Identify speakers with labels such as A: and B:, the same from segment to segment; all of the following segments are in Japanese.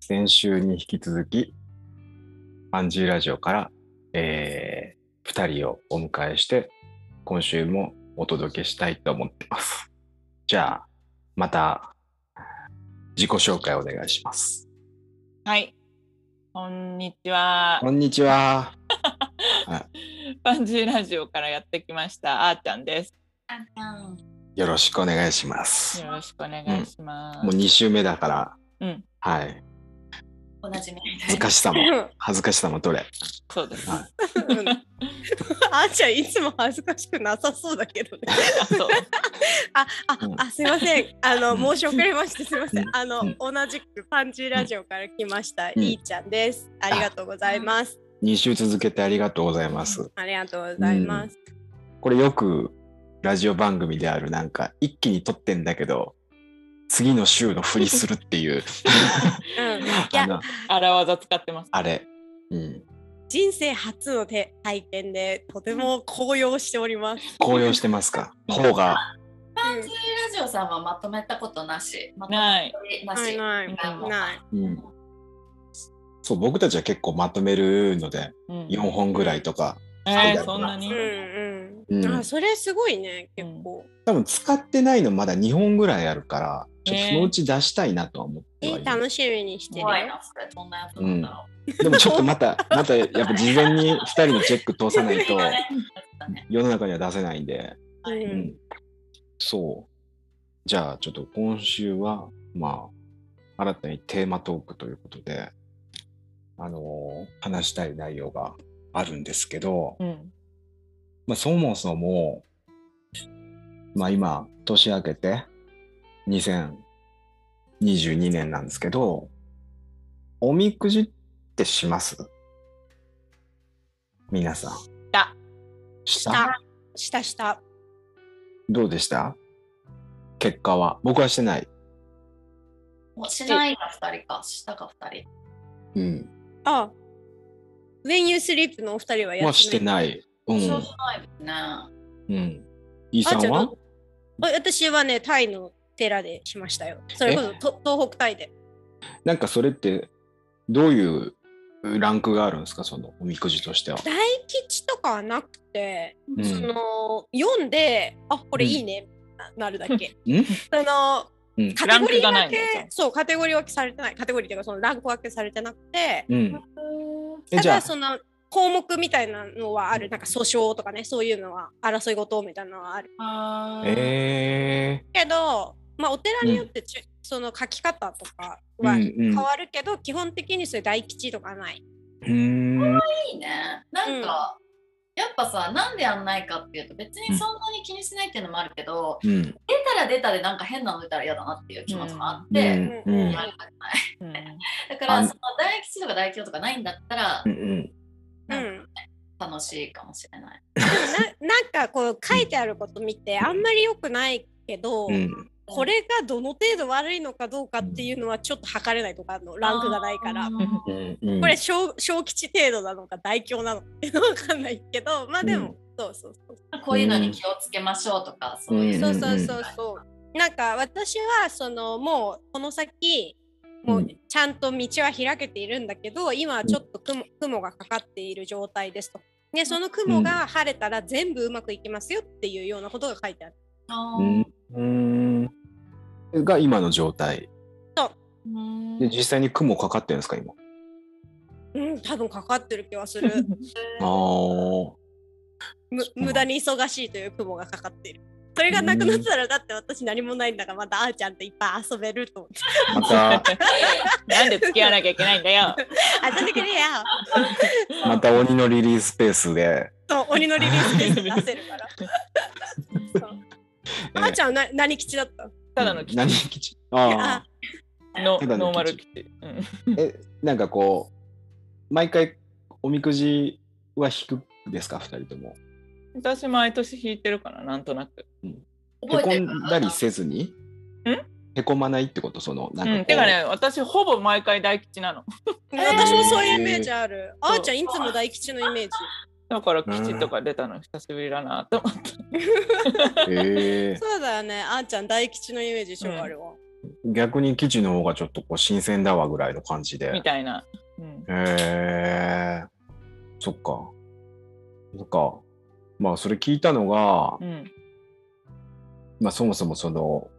A: 先週に引き続き、アンジーラジオから、えー、2人をお迎えして、今週もお届けしたいと思ってます。じゃあ、また、自己紹介お願いします。
B: はい。こんにちは
A: こ。んにちは。
B: パンジーラジオからやってきました。あーちゃんです。
A: よろしくお願いします。
B: よろしくお願いします。
A: もう2週目だから、
B: うん
A: はい。
C: おなじみ。
A: 恥ずかしさも、恥ずかしさもどれ。
B: そうです。
A: は
B: あ
A: い
D: うんあーちゃんいつも恥ずかしくなさそうだけ どね。
B: そう
D: あ、あ
A: う、ん
D: あ、すいません。あの、
A: うん
D: 申し遅れまして、すいません。あの、
A: うん
D: 同じくパンチラジオから来ました、
A: ん
D: いーちゃんです。ありがとうございます。
A: 2週続けてありがとうございます。
D: ありがとうございます。
A: これよくラジオ番組であるなんか一気に撮ってんだけど次の週のふりするっていう
D: うん、い
A: あ
D: や、
A: の
B: 荒技使ってます。
A: あれ、うん、
D: 人生初のて体験で、とても高揚しております。
A: 高揚してますか方が
C: パンチラジオさんはまとめたことなし。まとめ
B: ない。
C: りな
D: ない
C: し。
D: ない、ない。
A: うんそう僕たちは結構まとめるので
B: うん
A: 4本ぐらいとか
B: えーそんな
D: う
B: に
D: ん、。うん、
A: うん
D: あ、それすごいね、結構。
A: 多分使ってないのまだ2本ぐらいあるからちょっと
B: えー
A: そのうち出したいなとは思って
D: え
A: はいる、
D: ー楽しみにしてる
C: 怖い
D: よ。
C: な、それ。どんなやつなんだろ。
A: でもちょっとまたまたやっぱ事前に2人のチェック通さないうと
C: 今ねやってたね
A: 世の中には出せないんで。
D: う
A: うんん、そう。じゃあ、ちょっと今週は、まあ、新たにテーマトークということで、あのー話したい内容があるんですけど、
B: うん。
A: まあ、そもそも、まあ、今、年明けて、2022年なんですけど、おみくじってします皆さん。
B: だ。
D: した、した、した。
A: どうでした結果は僕はしてない。
C: もうしないが二人か、下が二人。
A: うん。
D: あ、When You Sleep のお二人はやってない。
A: はしてない。う
C: そうんし。ないですね。
A: うん。イーさん
D: あじゃあ
A: は
D: どあ私はね、タイの寺でしましたよ。それこそと東北タイで。
A: なんかそれってどういうランクがあるんですかそのおみくじとしては。
D: 大吉とかはなくて、
A: うん
D: その読んで、あこれいいね、ななるだけ。
A: うん
D: その
A: うん
D: カテゴリー
B: ランクがないんだ
D: 分
B: じゃあ
D: け、そう、カテゴリー分けされてない、カテゴリーっていうか、そのランク分けされてなくて、
A: うん。え
D: た
A: じゃ
D: だ
A: あ
D: その項目みたいなのはある、なんか訴訟とかね、そういうのは、争い事みたいなのはある。
C: あー
A: え
D: けど、まあ、お寺によってちゅ、その書き方とか
A: ー。う
D: は
A: んうん
D: 変わるけど、基本的にそういう大吉とかない。
A: うーん。
C: いいね。なんか、やっぱさ、なんでやんないかっていうと、別にそんなに気にしないっていうのもあるけど、
A: うん。
C: 出たら出たでなんか変なの出たら嫌だなっていう気持ちもあっ
A: う
C: て、
A: ん。うん
C: やるわけない
B: うん。
C: だから、
A: あ
C: その大吉とか大凶とかないんだったら
A: う、ん。
D: う
C: なん
D: ん
C: か、楽しいかもしれない。
D: な なんかこう書いてあること見てあんまり良くないけど、
A: うん。
D: これがどの程度悪いのかどうかっていうのはちょっと測れないとかのランクがないから、
C: あー
A: う。
B: うん
A: うん。
D: これ小小吉程度なのか大凶なのかっていうのは分かんないけどまあでも、そうそうそう
C: こういうのに気をつけましょうとか、そういうう。
A: ん
D: そうそうそうそうなんか私はそのもうこの先もうちゃんと道は開けているんだけど今はちょっと雲雲がかかっている状態ですと。ね、その雲が晴れたら全部うまくいきますよっていうようなことが書いてある。
C: あ
A: う
C: ー
A: んうん。が今の状態。
C: うん
A: で実際に雲かかってるんですか今。
D: うん、多分かかってる気は する。
A: あー
D: む
A: そうなん
D: 無駄に忙しいという雲がかかっている。それがなくなったらだって私何もないんだからまたあーちゃんといっぱい遊べると思って。
A: また
B: なんで付き合わなきゃいけないんだよ。
D: 遊んでくれや
A: また鬼のリリースペースで。
D: と鬼のリリースペースで出せるから。そうあーちゃんはな何吉だったの
B: ただの基地
A: 何吉ああ。
B: の
A: ただの基地
B: ノーマル基地。うん
A: え、なんかこう、毎回おみくじは引くですか、二人とも。
B: 私毎年引いてるからなんとなく。
A: へ
C: 覚え
A: こ
C: てる
A: んだりせずにへこまないってこと、その、なんか
B: う
A: こう。
B: ん。てかね、私ほぼ毎回大吉なの。
D: 私もそういうイメージある。
B: ー
D: あーちゃんいつも大吉のイメージ。
B: だから基地とか出たの久しぶりだなと思って。
A: へー
D: そうだよね。あーちゃん大吉のイメージでしょ、あれは。
A: 逆に記事の方がちょっとこう新鮮だわぐらいの感じで
B: み。たいな。うん、
A: へえそっか。そっか。まあそれ聞いたのが、
B: うん、
A: まあそもそもその、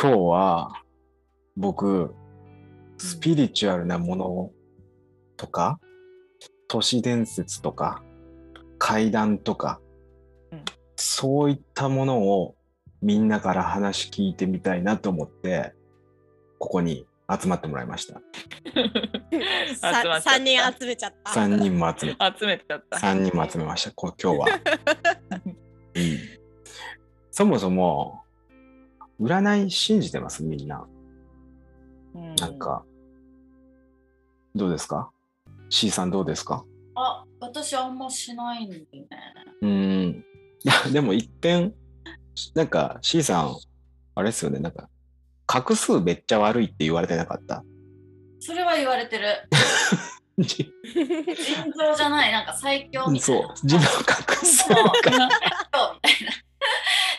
A: 今日は僕、スピリチュアルなものとか、都市伝説とか、怪談とか、
B: うん
A: そういったものをみんなから話聞いてみたいなと思って、ここに集まってもらいました。
B: 集まっちゃった
D: 3人集めちゃった。
A: 3人も集め、
B: 集めてたった。
A: 3人も集めました、 こ今日は。うんそもそも、占い信じてますみんな。
B: うん
A: なんか、どうですか ?C さんどうですか
C: あ、私あんましないんでね。
A: うーん。いや、でも一点、なんか C さん、あれですよね、なんか、画数めっちゃ悪いって言われてなかった。
C: それは言われてる。腎臓じゃない、なんか最強みたい
A: そう
C: な。、
A: 字の画数
C: そう
A: が。
C: そうみたいな。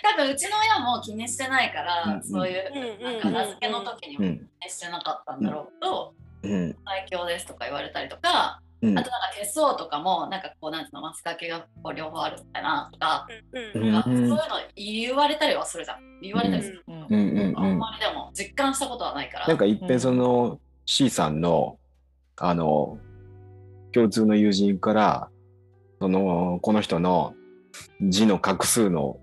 C: 多分うちの親も気にしてないから、
A: うんうん
C: そういう
D: うんう
C: なん
D: んう
C: か
D: ん
C: 名付けの時にも
A: う
C: 気
A: ん、
C: にしてなかったんだろうけど、
A: うん、
C: 最強ですとか言われたりとか、
A: うん
C: あとなんか手相とかもなんかこうなんていうのマスカケがこう両方あるみたいなとか、
D: うん
A: うん
D: うん
C: なんかそういうの言われたりはするじゃん。言われたりする。
B: うん
A: うん、うん、
C: あ
A: うんん。
C: まりでも実感したことはないから。
A: なんかいっぺんその C さんの、あの、共通の友人から、その、この人の字の画数の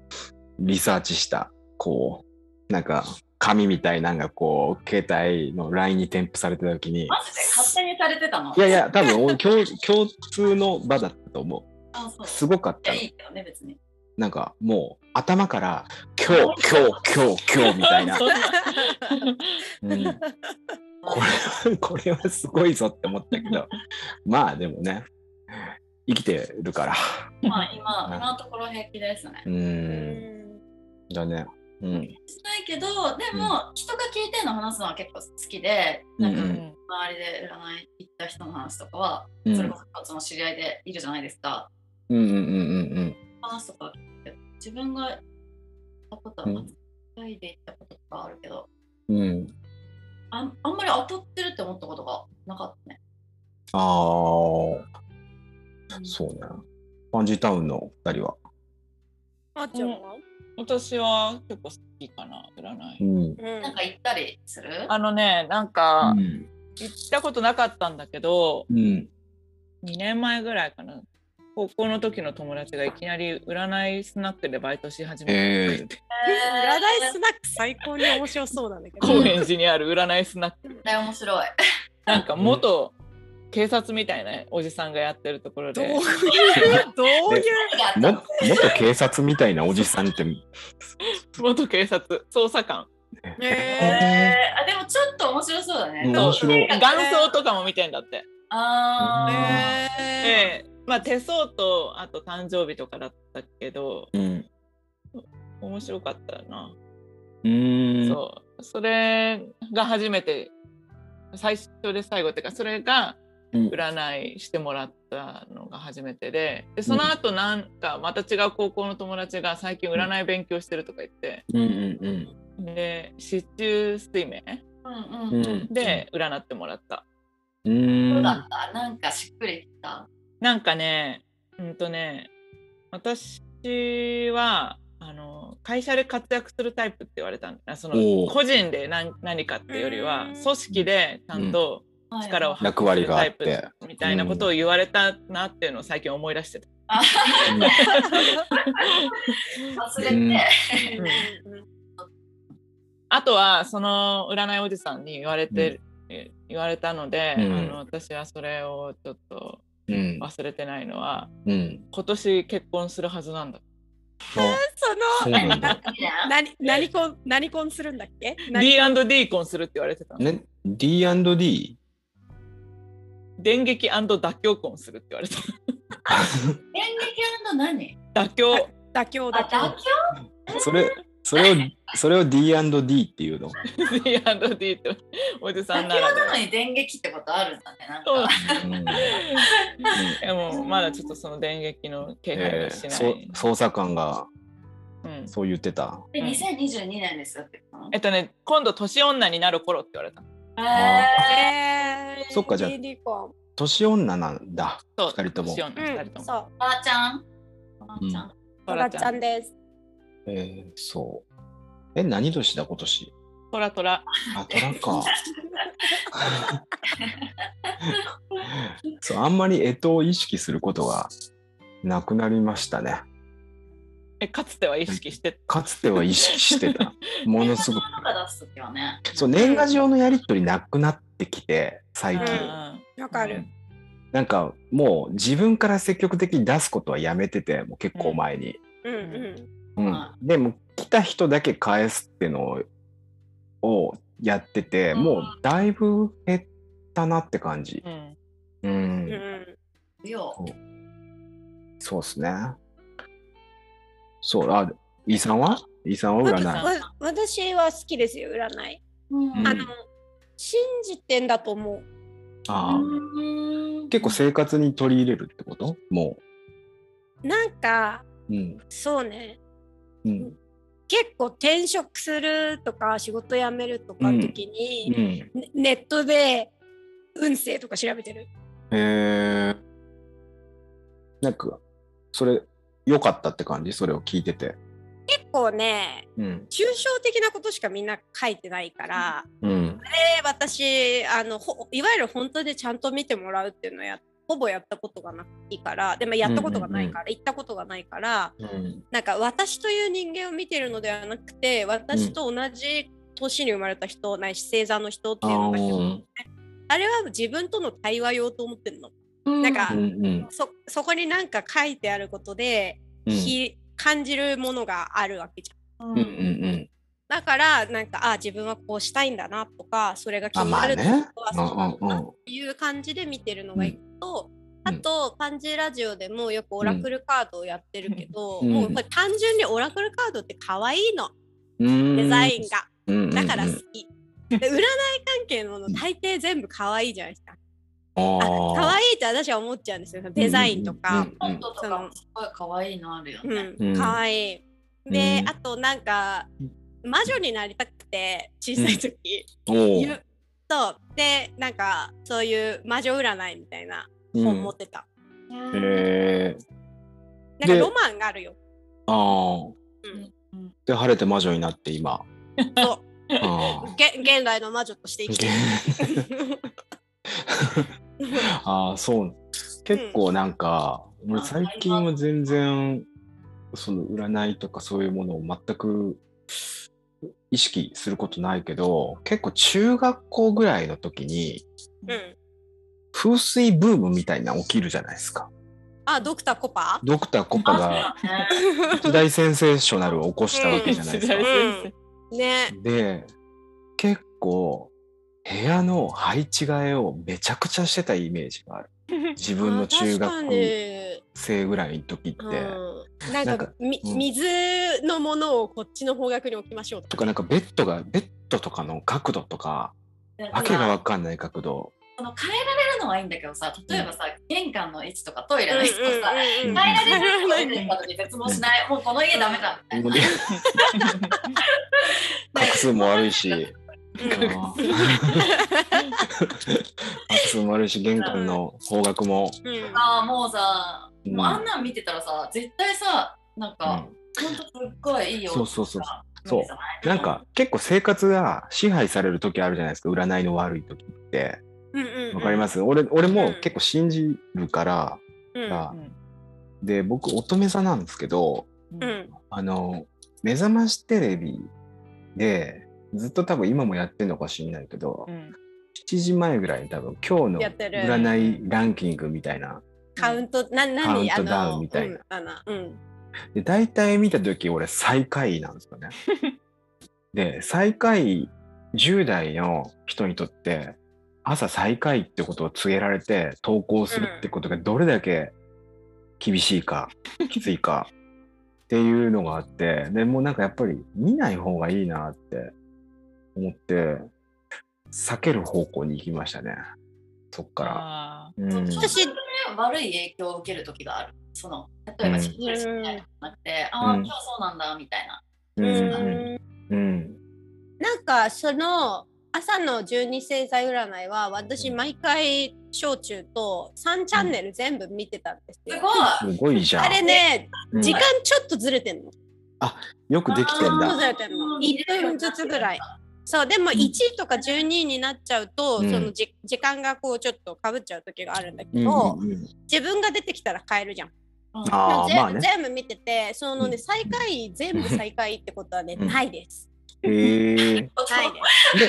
A: リサーチした、こう、なんか、紙みたいなんかこう、携帯の LINE に添付された時に、
C: マジで勝手にされてたの。
A: いやいや、多分共共通の場だったと思。
C: あそうう
A: すごかっ
C: い
A: た
C: や
A: の
C: い。いけどね別 に。
A: なんかもう 頭から、今日、今日、今日、今日みたいな。
B: そんな
A: うんこれは、 これはすごいぞって思った けど、まあでもね、生きてるから。
C: まあ今今のところ平気ですね。
A: う、
D: うんん
A: だね。うん。
C: しないけどでも人が聞いてんの話すのは結構好きで、なんか
A: う
B: うんん
C: 周りで占い行った人の話とかは、
A: うん、
C: それこそその知り合いでいるじゃないですか。
A: うんうんうん
C: 話とか聞いて自分が行ったことは
A: うん
C: まず一人で行ったこととかあるけど、
A: うんうん。うん。
C: あんあんまり当たってるって思ったことがなかったね。
A: ああ、そうね。パンジータウンの二人は。
D: あっちゃんは
B: 私は結構好きかな、占
A: う
B: い。
A: ん。
D: うん
C: なんか行ったりする？
B: あのね、なんか
A: うん。
B: 行ったことなかったんだけど、
A: うん。
B: 2年前ぐらいかな。高校の時の友達がいきなり占いスナックでバイトし始めて、
A: え
D: 占い
C: す
D: スナック最高に面白そうなんだけど。
B: 高円寺にある占いスナック
C: 絶対面白い。
B: なんか元警察みたいなおじさんがやってるところ
D: どうい
B: で
D: う、どういう、
A: ー、も元警察みたいなおじさんって、
B: 元警察捜査官
D: ね
C: えー、あでもちょっと面白そうだね。
A: うん
C: そう
A: 面白い
B: 元祖とかも見てんだって、
C: あ
D: え
C: ー、
D: え
B: でまあ手相とあと誕生日とかだったけど
A: うん。
B: 面白かったよな、
A: うーん。
B: そうそれが初めて最初で最後っていうかそれが
A: うん
B: 占いしてもらったのが初めてででその後なんかまた違う高校の友達が最近占い勉強してるとか言って
A: うんうん
B: で四柱推命
C: うんう
A: う。
C: ん。
A: うんん。
B: で占ってもらった。
A: う
C: そう
A: ーん。
C: だった。なんかしっくりきた。
B: なんかね、うんとね、私はあの会社で活躍するタイプって言われたんだなそ
A: お
B: の
A: う
B: 個人で何何かっていうよりは
D: うん
B: 組織でちゃんと
C: はい
B: 力を発
A: 役
B: 揮す
A: 割
B: る
A: があ
B: タ
A: っ
B: イ
A: て
B: プみたいなことを言われたなっていうのを最近思い出してた。
C: 忘れ
A: うん
C: て。
B: うんあとはその占いおじさんに言われて、え言われたので、
A: うん
B: あの私はそれをちょっと
A: うん。
B: 忘れてないのは
A: うん。
B: 今年結婚するはずなんだ
A: あ
D: そ
A: そう
D: の、
A: なんだ。
C: いいね
D: 何、何婚、何婚するんだっけ。何
B: D&D 婚するって言われてたの
A: ね、D&D?
B: 電撃妥協婚するって言われた
C: 電撃何
B: 妥協
D: 妥協
C: あ、
D: だ
C: 妥
D: け。
C: 協
A: それ、それを、それを D&D っていうの。
B: D&D っておじさん
C: 妥協
B: ならで
C: な
B: は
C: のに電撃ってことあるんだね。なん
B: そう
C: か。
A: うん
B: でもまだちょっとその電撃の気配
A: え
B: がし
A: ー
B: ない、
A: そう捜査官が
B: うん、
A: そう言ってた。
C: で、
B: うん
C: 2022年ですよって言っ
B: えっとね今度年女になる頃って言われた
C: たの。へー
D: えー、
A: そっかじゃあ
D: リリコ
A: 年女なんだ。
B: そう
A: 二人とも
B: 年女
D: う
B: 2人
D: ん、
B: と
D: そ
B: も
D: う、
C: ばあちゃん。ばあちゃん。
D: トラちゃんです。
A: えー、そう。え、何年だ今年
B: トラトラ
A: あ、虎か。 そう、あんまり干支を意識することがなくなりましたね。
B: えかつては意識して
A: かつては意識してた。ものすごく。
C: パパ出す時はね。
A: そう、年賀状のやり取りなくなってきて、最
B: た、
A: 近。
B: うん
D: わかる。
A: なんかもう自分から積極的に出すことはやめててもう結構前に、
D: うん
B: ん
A: うん
C: は
A: でも来た人だけ返すっていうのをやってて、
C: うん
A: もうだいぶ減ったなって感じ、
B: うん
A: うん
D: うんうん。
C: よう。
A: そうですねそうあイさんはイさんは占い
D: わ私は好きですよ占い。
C: うん
D: あの信じてんだと思う。
A: あー
C: うん
A: 結構生活に取り入れるってことも
D: なんか
A: ううん
D: そうね
A: うん
D: 結構転職するとか仕事辞めるとかの時
A: う
D: に、
A: ん
D: ねネットで運勢とか調べてる。
A: へえなんかそれ良かったって感じそれを聞いてて
D: 結構ね
A: うん
D: 抽象的なことしかみんな書いてないから、
A: うん
D: で私あのほいわゆる本当でちゃんと見てもらうっていうのをやほぼやったことがないからでもやったことがないから、行ったことがないから
A: うん
D: なんか私という人間を見てるのではなくて私と同じ年に生まれた人ないし星座の人っていうのが必要
A: あー
D: あれは自分との対話用と思ってるの。
C: うん
D: なんか
A: うんうん
D: そそこになんか書いてあることで、
A: うん
D: ひ感じるものがあるわけじゃん。
A: うんうんうん
D: だからなんかあ自分はこうしたいんだなとかそれが気
A: あ
D: に
A: ま
D: な
A: あ
D: ると
A: ね
D: か
A: うん
D: そうだ
A: うんう
D: なっ
A: ん
D: ていう感じで見てるのがいいと、
A: うん
D: あとパンジーラジオでもよくオラクルカードをやってるけど、
A: うん
D: もうこれ単純にオラクルカードって可愛いの
A: うーん
D: デザインが、
A: うんうんうん
D: だから好き。で占い関係のもの大抵全部可愛いじゃないですか。
A: あ
D: あ
A: ー
D: 可愛いって私は思っちゃうんですよデザインとか。
A: う
C: ポ
A: んうん
C: ットとかもすごい可愛いのあるよね。
D: うん、かわいい。で、
A: うん
D: あとなんか魔女になりたくて小さい時、
A: うん
D: 言うとでなんかそういう魔女占いみたいな
A: お
D: 本持
A: ー
D: ってた、
A: うんへえ
D: なんか
A: で
D: ロマンがあるよ
A: あー
D: うん
A: で晴れて魔女になって今
D: そ
A: あー
D: うげ現代の魔女として生きてる
A: あーそう結構なんか俺最近は全然その占いとかそういうものを全く意識することないけど結構中学校ぐらいの時に
D: うん
A: 風水ブームみたいなの起きるじゃないですか
D: あドクターコパ
A: ドクターコパが
C: ね
A: 一大センセーショナルを起こしたわけじゃない ですか。
D: うんね
A: で結構部屋の配置替えをめちゃくちゃしてたイメージがある。自分の中
D: あ確
A: 学
D: かに
A: 生ぐらいの時って。
D: うん、なんか
A: なんか
D: み
A: うん
D: 水のものをこっちの方角に置きましょう
A: とかなんかベッドがベッドとかの角度とか
C: なんか
A: わけがわかんない角度。
C: その変えられるのはいいんだけどさ、例えばさ、玄関の位置とかトイレの位置とかさ、
D: うんうんうんうん
C: 変えられるのに絶望しない、もうこの家ダメだみたいな。
A: で 画数も悪いし。画数も悪いし玄関の方角も。
D: うん
C: ああ、もうさ、
A: うん
C: もうあんなん見てたらさ、絶対さ、なんか、ほんとすっごいいいよ。
A: そうそうそう
C: 無理じゃい
A: なんか、結構生活が支配される時あるじゃないですか占いの悪い時って。
D: うんうんうん
A: わかります、俺俺
D: う
A: も
D: ん
A: 結構信じるから、
D: うん
A: さで僕乙女座なんですけど
D: うん
A: あの目覚ましテレビでずっと多分今もやってるのか知んないけど、7時前ぐらいに多分今日の
D: やってる
A: 占いランキングみたいな
D: カウント、な、なに、
A: カウントダウン
D: あの
A: みたいな。
D: うんあの、うん。
A: で大体見た時俺最下位なんですよね。 で最下位10代の人にとって朝最下位ってことを告げられて投稿するってことがどれだけ厳しいか、きついかっていうのがあってでもうなんかやっぱり見ない方がいいなって思って避ける方向に行きましたねそっから。
B: あ
A: うん、
D: 私、
C: 悪い影響を受ける時があるその例えば
A: うん
C: しっかりしてないとかなくて、ああ
A: う
C: 今
A: ん
C: 日そうなんだみたいな、
A: う
D: うんん
A: うんうん
D: なんかその朝の十二星座占いは私毎回小中と3チャンネル全部見てたんですよ。
C: すごい
A: すごいじゃん
D: あれね、
A: うん
D: 時間ちょっとずれてんの。
A: よくできてん
D: あー
A: だ
D: ずれてんの一分ずつぐらいそうでも1位とか12位になっちゃうと、
A: うん
D: そのじ時間がこうちょっとかぶっちゃう時があるんだけ
A: うん
D: ど、
A: うんうん
D: 自分が出てきたら変えるじゃん。
A: ああ
D: 全部
A: まあね
D: 全部見ててその
A: う
D: ね
A: ん
D: 最下位全部最下位ってことはね、
A: うん
D: ないです。
A: へえ
D: ないです。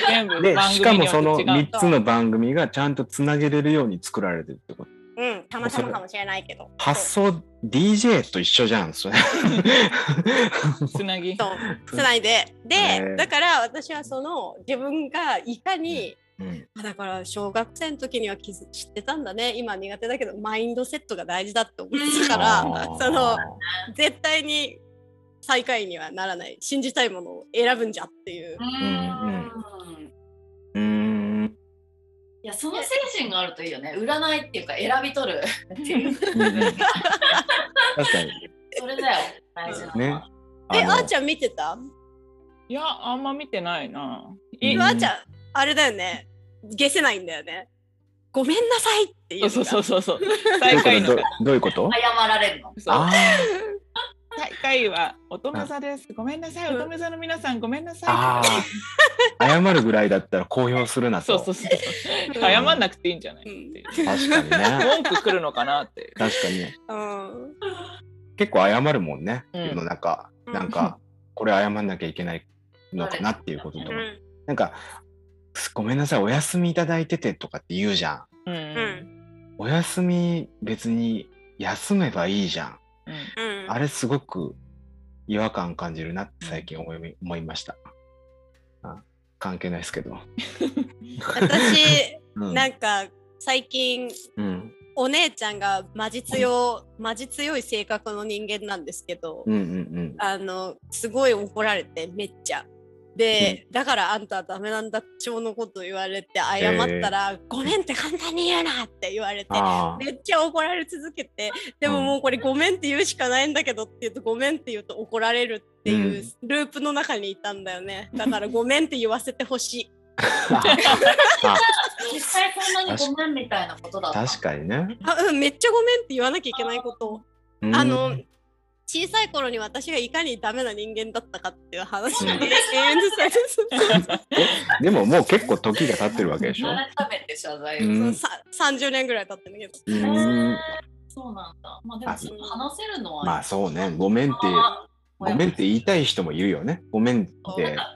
B: 全部
A: で
B: 番
A: しか
B: 組に
A: も
B: よ
A: その
B: って違う
A: 3つの番組がちゃんとつなげれるように作られてるってこと
D: うんたまたまかもしれないけど。
A: 発想 DJ と一緒じゃんそれ
B: つな ぎ。
D: そうつないでで、
A: ね
D: だから私はその自分がいかに、
A: うん
D: あだから小学生の時には気づ知ってたんだね今苦手だけどマインドセットが大事だって思ってたから、
A: あー
D: その絶対に最下位にはならない信じたいものを選ぶんじゃっていう
C: う。んうん
A: うーん
C: いやその精神があるといいよね占いっていうか選び取 るっていう
A: うん確かに
C: それだよ大事なのは、
A: ね
D: え
A: の
D: あーちゃん見てた
B: いや、あんま見てないな。
A: う
B: い
A: ん
D: あーちゃんあれだよね消せないんだよねごめんなさいっていう
B: そう
D: のが
B: そうそうそうそう。
A: どうい
B: 最
A: うこ
B: 下位
A: と
B: の
A: ど。どういうこと
C: 謝られるの
B: そう
A: あ
B: 最下位は乙女座です。ごめんなさい、乙女座の皆さん、ごめんな
A: ーあ
B: さ。
A: ー謝るぐらいだったら公表するないと
B: そうそうそう。謝んなくていいんじゃない。
D: うん
A: 確かにね
B: 文句来るのかなって。
A: 確かに
D: うん
A: 結構謝るもんね、
B: うん
A: 世の中
D: うん
A: なんかこれ謝んなきゃいけないのかなっていうこととか、
D: うん
A: なんか「ごめんなさいお休みいただいてて」とかって言うじゃん
B: うん。
D: うんうん
A: お休み別に休めばいいじゃん
D: うん
A: あれすごく違和感感じるなって最近思い思いましたあ関係ないですけど、
D: 私
A: うん
D: なんか最近
A: うん
D: お姉ちゃんがマジ強マジ強い性格の人間なんですけど、
A: うんうん
D: あのすごい怒られてめっちゃ。で、だからあんたはダメなんだっちょのこと言われて謝ったら、ごめんって簡単に言うなって言われて
A: あー
D: めっちゃ怒られ続けてでももうこれごめんって言うしかないんだけどって言うとごめんって言うと怒られるっていううループの中にいたんだよねだからごめんって言わせてほしい。
C: 実際そんなにごめんみたいなことだった
A: 確かにね、
D: あうん、めっちゃごめんって言わなきゃいけないことを
A: うん
D: あの小さい頃に私がいかにダメな人間だったかっていう話
A: う
D: で
A: ん
D: 永遠とされて
A: えでももう結構時が経ってるわけでしょ
C: 改めて謝罪を、
A: うん
D: そうさ30年ぐらい経ってんだけど。
A: う
C: うん
A: ん
C: そうなんだまあでも
A: あ
C: その話せるのは
A: まあそうねごめんってごめんって言いたい人もいるよねごめんって
C: なんか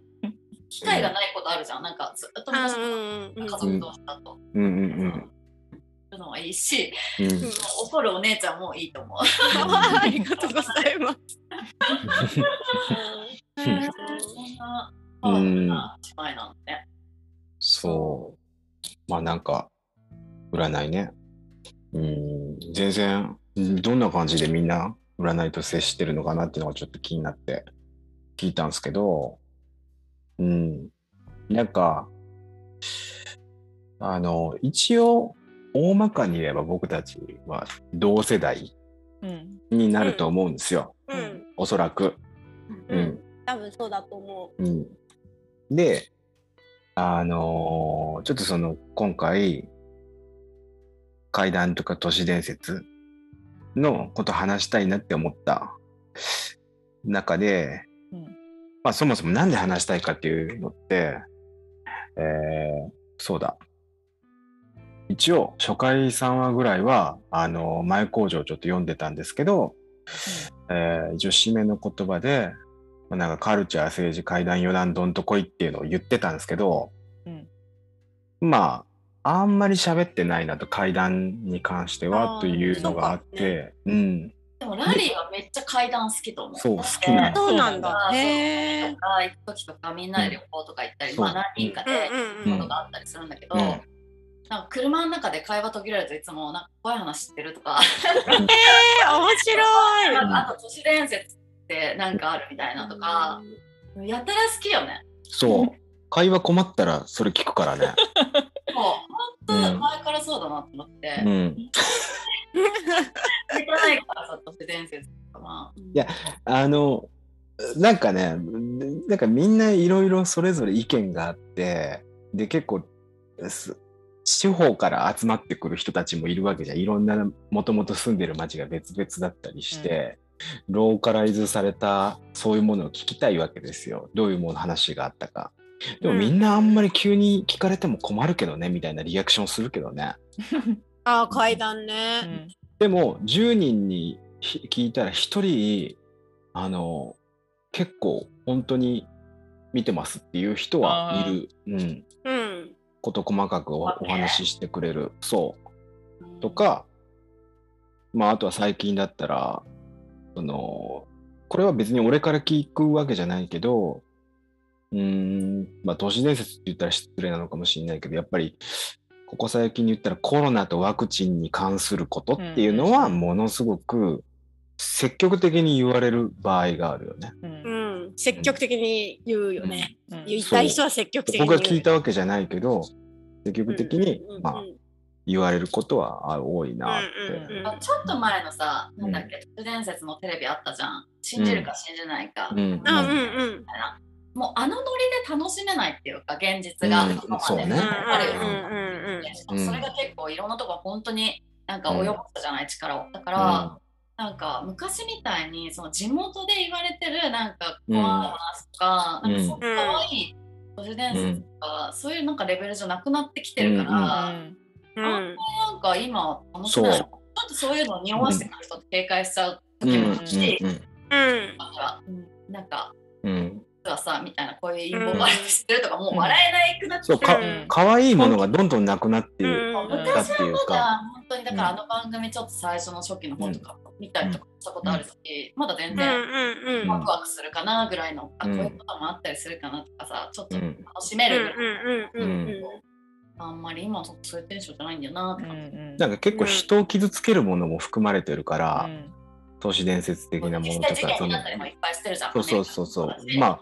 C: 機会がないことあるじゃんなんかずっと昔から家族同士だと、
A: うんうん
C: ういうのはいいし
A: うんうん
C: 怒るお姉ちゃんもいいと思う
D: ありがとうございます。
C: そんな
A: う
C: パワフル
A: ん
C: な姉妹なんでね
A: そう。まあなんか、占いね。うん、全然、うんどんな感じでみんな占いと接してるのかなっていうのがちょっと気になって聞いたんですけど、うん、なんか、あの、一応、大まかに言えば僕たちは同世代
B: うん。
A: になると思うんですよ、
D: うん、
A: おそらく。
D: う
A: うん
D: ん、多分そうだと思
A: うん、で、あのーちょっとその今回、怪談とか都市伝説のこと話したいなって思った中で、
B: うん
A: まあそもそもなんで話したいかっていうのって、えーそうだ。一応、初回3話ぐらいは、あの、前工場ちょっと読んでたんですけど、えー一応締めの言葉で、まあなんかカルチャー、政治、階段、余談、どんとこいっていうのを言ってたんですけど、
B: うん
A: まあ、あんまり喋ってないなと、階段に関して
D: あ
A: は
D: ー
A: というのがあって、うん、
C: でもラリーはめっちゃ階段好きと思う
A: そう、好きな
D: う。
A: の。
B: そうなんだ
C: あー
D: へ
C: そう
D: え
C: と。か行く時とかみんなで旅行とか行ったり、
A: うん
C: まあ何人か
D: う
C: で
D: んうん
C: こ
D: う
C: と
D: ん。
C: があったりするんだけど、
A: うん
C: なんか車の中で会話途切れるといつもなんか怖い話知ってるとか、
D: えー、面白い。
C: なん かあと都市伝説ってなんかあるみたいなとか、やたら好きよね。
A: そう。会話困ったらそれ聞くからね。
C: 構本当前からそうだなと思って、
A: う
C: 知
A: ん、
C: らないからさ都市伝説とかまあ
A: やあのなんかねなんかみんないろいろそれぞれ意見があってで結構す地方から集まってくる人たちもいるわけじゃんいろんなもともと住んでる町が別々だったりして、ローカライズされたそういうものを聞きたいわけですよどういうもの話があったか。でもみんなあんまり急に聞かれても困るけどねみたいなリアクションするけどね。
D: ああ階段
B: う
D: ね。
B: ん
A: でも10人にひ聞いたら1人あの結構本当に見てますっていう人はいる、うん、
D: うん。
A: こと細かくお
C: あ
A: お話ししてくれるそうとか、まあ、あとは最近だったらそのこれは別に俺から聞くわけじゃないけどうーんまあ都市伝説って言ったら失礼なのかもしれないけどやっぱりここ最近に言ったらコロナとワクチンに関することっていうのは
B: うんうん
A: ものすごく積極的に言われる場合があるよね。
B: うん
D: うん。積極的に言うよね。
B: うん
D: 言いたい人は積極的に
A: 僕
D: 言
A: が
D: う。
A: 聞いたわけじゃないけど積極的に
D: うんうんうん
A: まあ言われることはあ多いなって。
D: うんうん
C: あちょっと前のさなんだっけ都市伝説のテレビあったじゃん信じるか信じないか、
A: うんうん
D: あうんうん。
C: もうあのノリで楽しめないっていうか現実が
A: うん
C: そこまで
A: そうね
C: あるよ
A: うん
D: うんうん
C: でしかもそれが結構いろんなとこ本当になんか及ぼしたじゃない力をだか
A: う
C: ら、
A: ん
C: なんか昔みたいにその地元で言われてるなんか
A: うん
C: 怖い話とか、
A: うん
C: なんかそういう可愛い都市伝説とか、そういうなんかレベルじゃなくなってきてるから、
A: うんうん
B: うん
D: うん。
C: なんか今楽しめない
A: そう
C: ちょっとそういうのを匂わせてくる人って警戒しちゃう時もあるし、
A: うん
D: う
C: だ
D: ん。
C: からうんなんか
A: うんうん
C: 実はさみたいなこういう陰謀があるの知ってるとか、もう笑えないくなって
A: そうか
B: うん
A: 可愛いものがどんどんなくなって
D: う
A: い
D: ん
A: ったっていう
C: ま
A: か、
C: だ本当にだからあの番組ちょっと最初の初期の方とか見たりとかしたことあるし、まだ全
D: う
C: 然。
D: んうん
C: ワクワクするかなぐらいの、あこ
A: うん
C: ういうこともあったりするかなとかさちょっと
A: う
C: 楽
A: ん
C: しめるぐらい、
D: うんうんうん
C: あんまり今ちょっとそういうテンションじゃないんだよなって
B: う
C: 感じ、
B: ん
A: なんか結構人を傷つけるものも含まれてるから、都市伝説的なも
C: 実
A: のと
C: 際事
A: か
C: 件
A: そ
C: に
A: の
C: なったりもいっぱいしてるじゃん、
A: そうそうそうそ
C: ね
A: うまあ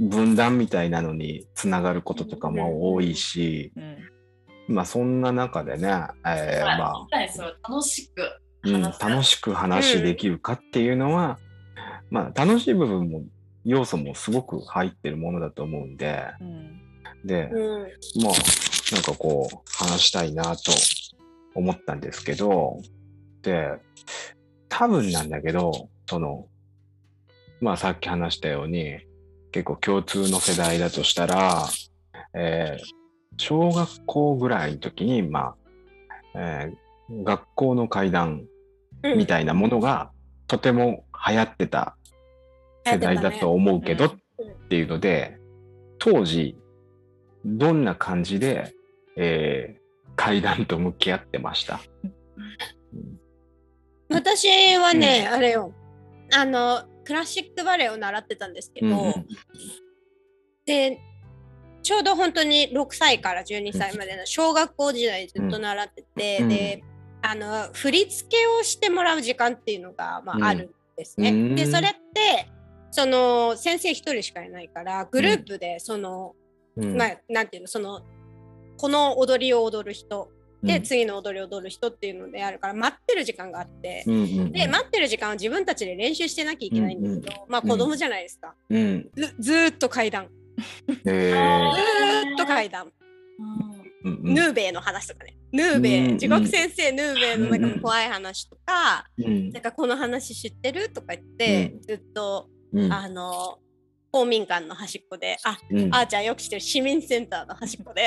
D: うん。
A: 分断みたいなのにつながることとかも多いし、
B: うんうん
A: まあそんな中でね、えー
C: だから
A: まあ
C: 実際そう楽しく
A: うん、
C: 話す
A: 楽しく話できるかっていうのは、まあ楽しい部分も要素もすごく入ってるものだと思うんで
B: うん
A: で、
D: うん。
A: まあ、なんかこう、話したいなと思ったんですけど、で、多分なんだけど、その、まあさっき話したように、結構共通の世代だとしたら、えー小学校ぐらいの時に、まあ、えー学校の階段みたいなものが、とても流行ってた世代だと思うけど
B: う
A: っ
B: ん
A: ていうので、当時どんな感じで、えー階段と向き合ってました
D: 私はね、あれよあのクラシックバレエを習ってたんですけど、でちょうど本当に6歳から12歳までの小学校時代ずっと習ってて、
A: うん
D: であの振り付けをしてもらう時間っていうのが、ま
A: うん
D: あ、あるんですね。
A: うん
D: でそれってその先生一人しかいないからグループでその、
A: うん
D: まあ、なんていうのそのこの踊りを踊る人で、次の踊りを踊る人っていうのであるから待ってる時間があって。
A: うんうん
D: で待ってる時間は自分たちで練習してなきゃいけないんだけど、まあ子供じゃないですか、
A: うん
D: ずずーっと階段
A: えー
D: ずーっと階段、
A: うんうん
D: ヌーベイの話とかねヌーベイ、
A: うん
D: 地獄先生ヌーベイのなんか怖い話とか、
A: うん
D: なんかこの話知ってるとか言って、
A: うん
D: ずっと
A: うん
D: あの公民館の端っこであ
A: うん
D: あーちゃんよく知ってる市民センターの端っこ で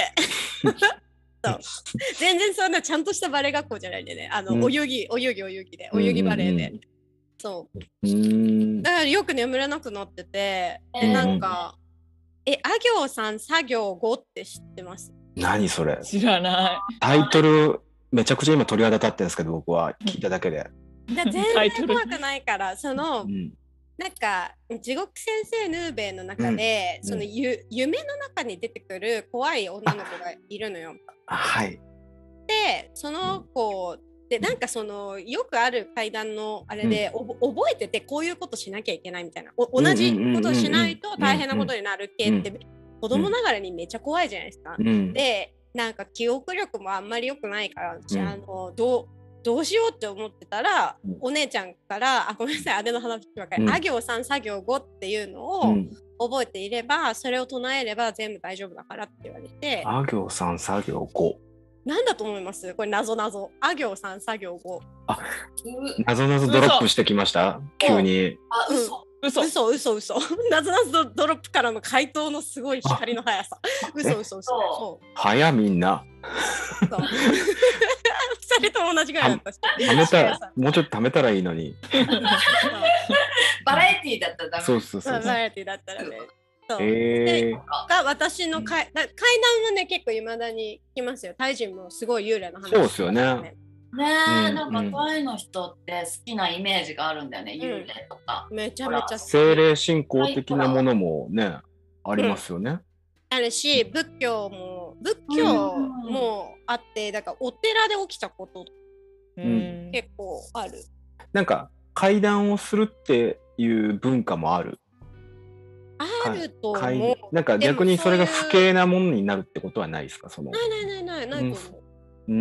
D: そう全然そんなちゃんとしたバレエ学校じゃないんでねあの、
A: うん
D: お遊戯お遊戯お遊戯でお遊戯バレエで、
A: うんうんうん
D: そう
A: うん
D: だからよく眠れなくなってて、
C: え
D: で
A: うん
D: なんか、え、あ行さん、作業後って知っ てます
A: 何それ
B: 知らな
A: タイトルめちゃくちゃ今鳥肌立ってるんですけど僕は聞いただけで、
D: いや全
B: タイト
D: 然
B: ル
D: 怖くないから、その
A: う、ん
D: なんか、地獄先生ヌーベイの中で、
A: うん
D: そのゆ夢の中に出てくる怖い女の子がいるのよ。
A: はい
D: で、その子、でなんかそのよくある階段のあれで、おぼ覚えててこういうことしなきゃいけないみたいなお同じことをしないと大変なことになる系って、
A: う
D: 子供ながらにめっちゃ怖いじゃないですか。
A: うん
D: でなんか記憶力もあんまり良くないから私、
A: うん
D: あのどうどうしようって思ってたら、
A: うん
D: お姉ちゃんからあごめんなさい姉の話ばっかり、
A: うん
D: あ行さん作業後っていうの
A: う
D: を
A: ん、
D: 覚えていれば、それを唱えれば全部大丈夫だからって言われて
A: あ行さん作業5
D: なんだと思いますこれ謎謎あ行さん作業後
C: う
A: なぞなぞドロップしてきました急に
C: あ、嘘。
B: 嘘
D: 嘘嘘嘘 謎謎ドロップからの回答のすごい光の速さ嘘嘘嘘そ
C: そう
A: 早みんな
D: そう それと同じぐらいだったし
A: 貯めたらもうちょっと貯めたらいいのに
C: バラエティーだったらダメ。
A: そうそう
D: そ
A: そうう
D: バラエティだったらね。そう
A: えー、
D: が私のかいだ階段はね結構いまだに聞きますよ。タイ人もすごい幽霊の話
A: そうですよね
D: だから
C: ね
A: う
C: え、
A: ん
C: なんかタイの人って好きなイメージがあるんだよね、
D: ん
C: 幽霊とか。
D: めちゃめちゃ好き
A: 精霊信仰的なものもねありますよね、
D: あるし仏教も仏教もあってだからお寺で起きたこと
B: うんん
D: 結構ある。
A: なんか階段をするっていう文化もある
D: あると思う。
A: 階なんか逆にそれが
D: でも
A: 不
D: そういう
A: 敬なものになるってことはないですかその
D: ないないないないないと思う。
A: うー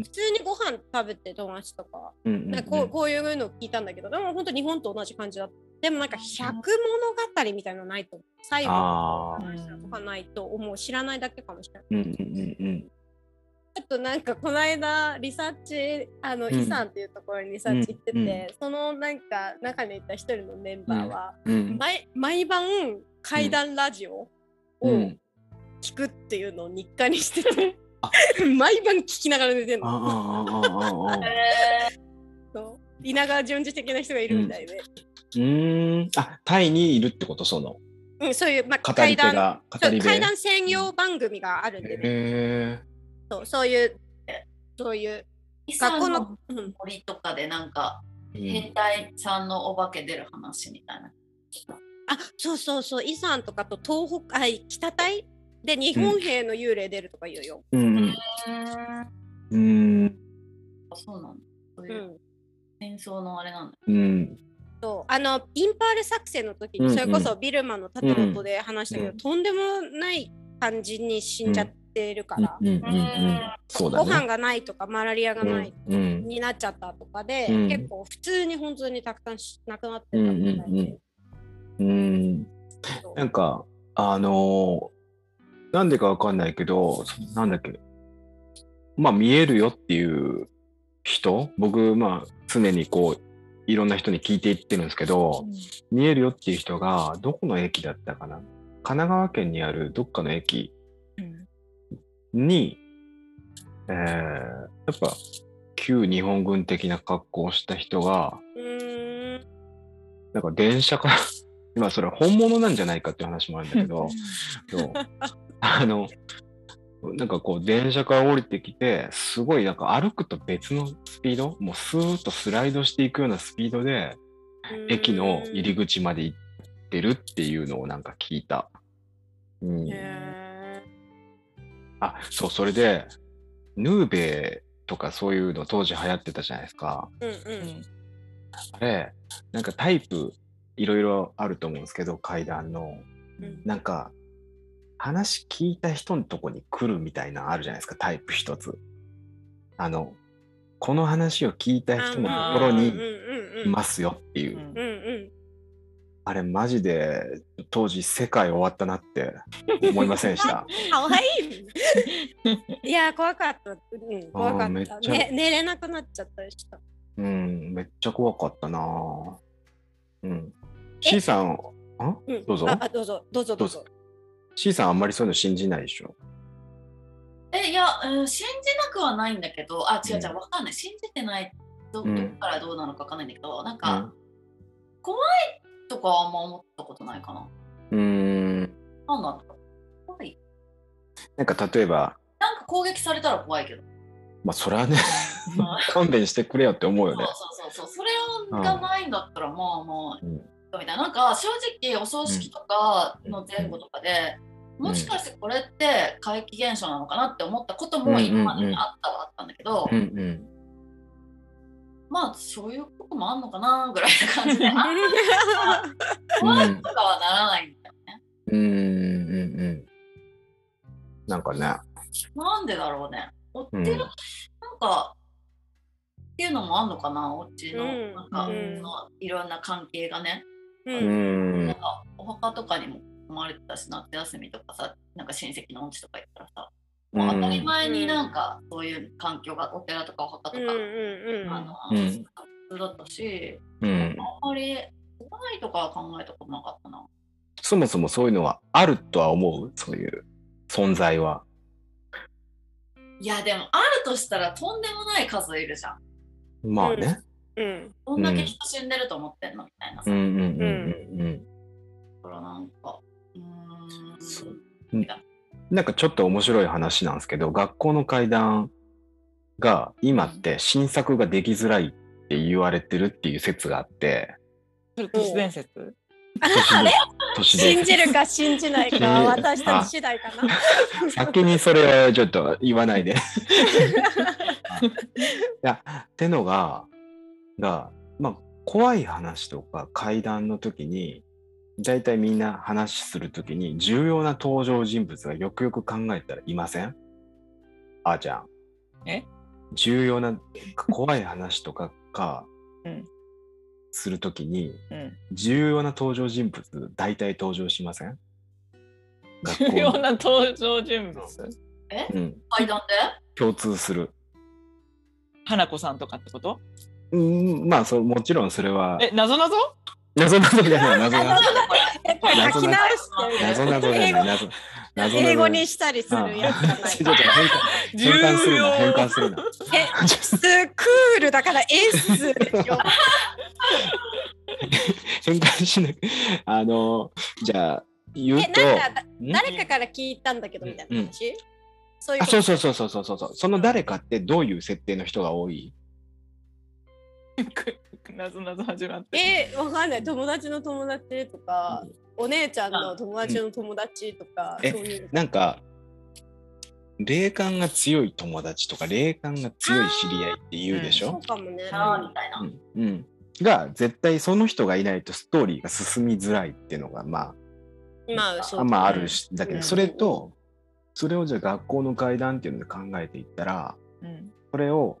A: ん
D: 普通にご飯食べて友達とか
A: うんうん
D: なんかこうこういうのを聞いたんだけどでも本当日本と同じ感じだった。でもなんか百物語みたいなのないと思う。最後
A: ああ
D: 話とかないと思う知らないだけかもしれない。
A: うんうんうんうん
D: あとなんかこの間リサーチあの、
A: うん
D: イサンっていうところにリサーチ行ってて、
A: うんうん
D: そのなんか中にいた一人のメンバーは、
A: うん
D: 毎毎晩怪談ラジオ
A: う
D: を
A: ん
D: 聞くっていうのを日課にしてて、 毎晩聞きながら寝てる
A: あ
D: の。
A: ああああああ
C: へえ
D: そう稲川淳二的な人がいるみたいで、
A: うーんあタイにいるってことその
D: うんそういう、まあ、
A: 語り
D: 怪
A: 手
D: 談
A: が
D: そ
A: 語
D: う
A: り部
D: 怪談専用番組があるんで、ね
A: へ
D: そうそういうそういう
C: イサ
D: 学校
C: ン
D: の
C: の、
D: うん、
C: 森とかでなんか
A: え
C: 変態さんのお化け出る話みたいな。
D: あそうそうそう、イさんとかと東北、あい北隊で日本兵の幽霊出るとか言うよ。
A: うんうんうん
C: そうなんだ。そう
D: う
C: いうん戦争のあれなんだ。
A: うん
D: そうあのインパール作戦の時
A: うんう
D: に
A: ん
D: それこそビルマの建物で話したけど、
A: うん
D: とんでもない感じに死んじゃってるから、
A: うんうんうんそうだ
D: ご飯
A: ね
D: がないとかマラリアがない、
A: うんうん
D: になっちゃったとかで、
A: うん
D: 結構普通に本当にたくさんし亡くなってた
A: うん
D: みたいで、
A: うんうんうん
D: そう
A: なんかあのーなんでかわかんないけどそなんだっけまあ見えるよっていう人僕まあ常にこういろんな人に聞いていってるんですけど見えるよっていう人がどこの駅だったかな神奈川県にあるどっかの駅に、えーやっぱ旧日本軍的な格好をした人が
D: うーん
A: なん か電車から今それ本物なんじゃないかっていう話もあるんだけどそうあのなんかこう電車から降りてきてすごいなんか歩くと別のスピードもうスーッとスライドしていくようなスピードで駅の入り口まで行ってるっていうのをなんか聞いた。うん、
D: へ
A: あそうそれでヌーベイとかそういうの当時流行ってたじゃないですか。
D: ーうんうん
A: あれなんかタイプいろいろあると思うんですけど階段の
D: うん
A: なんか話聞いた人のとこに来るみたいなのあるじゃないですかタイプ一つあのこの話を聞いた人のところ
D: うん
A: に
D: うん
A: いますよっていう、
D: うんうん
A: あれマジで当時世界終わったなって思いませんで した
D: かわい い。いや、怖かった。うん、怖か
A: あーめ
D: っ
A: っち
D: た。
A: ゃ
D: ね、寝れなくなっちゃったりした。
A: うんめっちゃ怖かったなぁうん C さん
D: うん、
A: どうぞ
D: あ、あどうぞ、どうぞ、どうぞ。
A: C さんあんまりそういうの信じないでしょ
C: え、いや、うん信じなくはないんだけど、あ、違う違
A: うん
C: う、わかんない。信じてないど
A: うん
C: どっからどうなのかわかんないんだけど、なん
A: う
C: か
A: ん、
C: とかはあんま思ったことないかな。
A: うーん
C: なんなんだろう怖い。
A: なんか例えば
C: なんか攻撃されたら怖い けど。
A: まあそれ はね
C: うん
A: 勘弁してくれよって思う
C: そう
A: よね
C: そうそうそう。それがないんだったら、まあまあ、
A: うん
C: みたいな。なんか正直、お葬式とかの前後とかで、
A: ん
C: もしかしてこれって怪奇現象なのかなって思ったことも今までにあったはあったんだけど、
A: うんうん
C: まあそういうこともあんのかなぐらいな感じで、あんまり怖
A: う
C: い
A: ん
C: とかはならないんだよね。
A: うんうんうんなんかね、
C: うなんでだろうね。追ってる、
A: うん
C: なんかっていうのもあんのかな、おっちの、
D: うん
C: なんか、
D: うん
C: そのいろんな関係がね、
D: う
A: うんん
C: なん。かお墓とかにも生まれてたし、夏休みとかさ、なんか親戚のお家とか行ったらさ、もう当たり前になんかそういう環境がお寺とかお墓と
D: うん
C: か、
D: うんうん
C: あの、
A: うん
C: 普通だったし、
A: うん。
C: あんまり怖いとかは考えたことなかったな。
A: そもそもそういうのはあるとは思うそういう存在は。
C: いやでもあるとしたらとんでもない数いるじゃん。
A: まあね。
D: うん
C: どんだけ人死んでると思ってんのみたいな
A: う
C: さ。だ
A: んうんうんうん
C: からなんか、うーん。
A: そううん。なんかちょっと面白い話なんですけど学校の階段が今って新作ができづらいって言われてるっていう説があって
B: それ都市伝説
A: 都市で都市
D: 信
A: 伝
D: じ
A: 説
D: るか信じないかは私たち次第かな。
A: 先にそれはちょっと言わない で。いやってのがが、まあ、怖い話とか怪談の時に大体みんな話する時に重要な登場人物がよくよく考えたらいませんあーちゃん。
B: え
A: 重要な怖い話とかか、
B: うん
A: する時に
B: うん
A: 重要な登場人物大体登場しません学校
B: 重要
A: の
B: な登場人物
A: うん、
C: 階段で
A: 共通する。
B: 花子さんとかってこと
A: うん、まあそう、もちろんそれは、
B: え謎謎
A: 謎なぞじゃない、謎なぞ。
D: えこれ書き直して
A: 謎なぞじゃない、謎。謎
D: 英語にしたりするやつじゃ
A: あ
D: な
A: ち
D: い
A: ょちょちょ変換変換するな、変換するな。
D: えスクールだからエスでしょ。
A: 変換しない。あの、じゃあ、言う
D: え
A: と。
D: なんか
A: ん
D: 誰かから聞いたんだけどみたいな話、そういう
A: あ
D: こと
A: そうそうそうそうそうそうそう。その誰かってどういう設定の人が多い
B: 謎謎始まって
D: えわかんない友達の友達とか、お姉ちゃんの友達の友達とか、
A: うんえ
D: そういう
A: なんか、霊感が強い友達とか、霊感が強い知り合いって言うでし
D: そ
A: ょ
D: う、かもね。
C: あーみたいな。
A: うんうん、が、絶対その人がいないとストーリーが進みづらいっていうのが、まあ、
D: まあそう
A: あ
D: だね
A: まああるしだけど、
B: うん
A: それとそれをじゃあ学校の階段っていうので考えていったら
B: うん
A: それを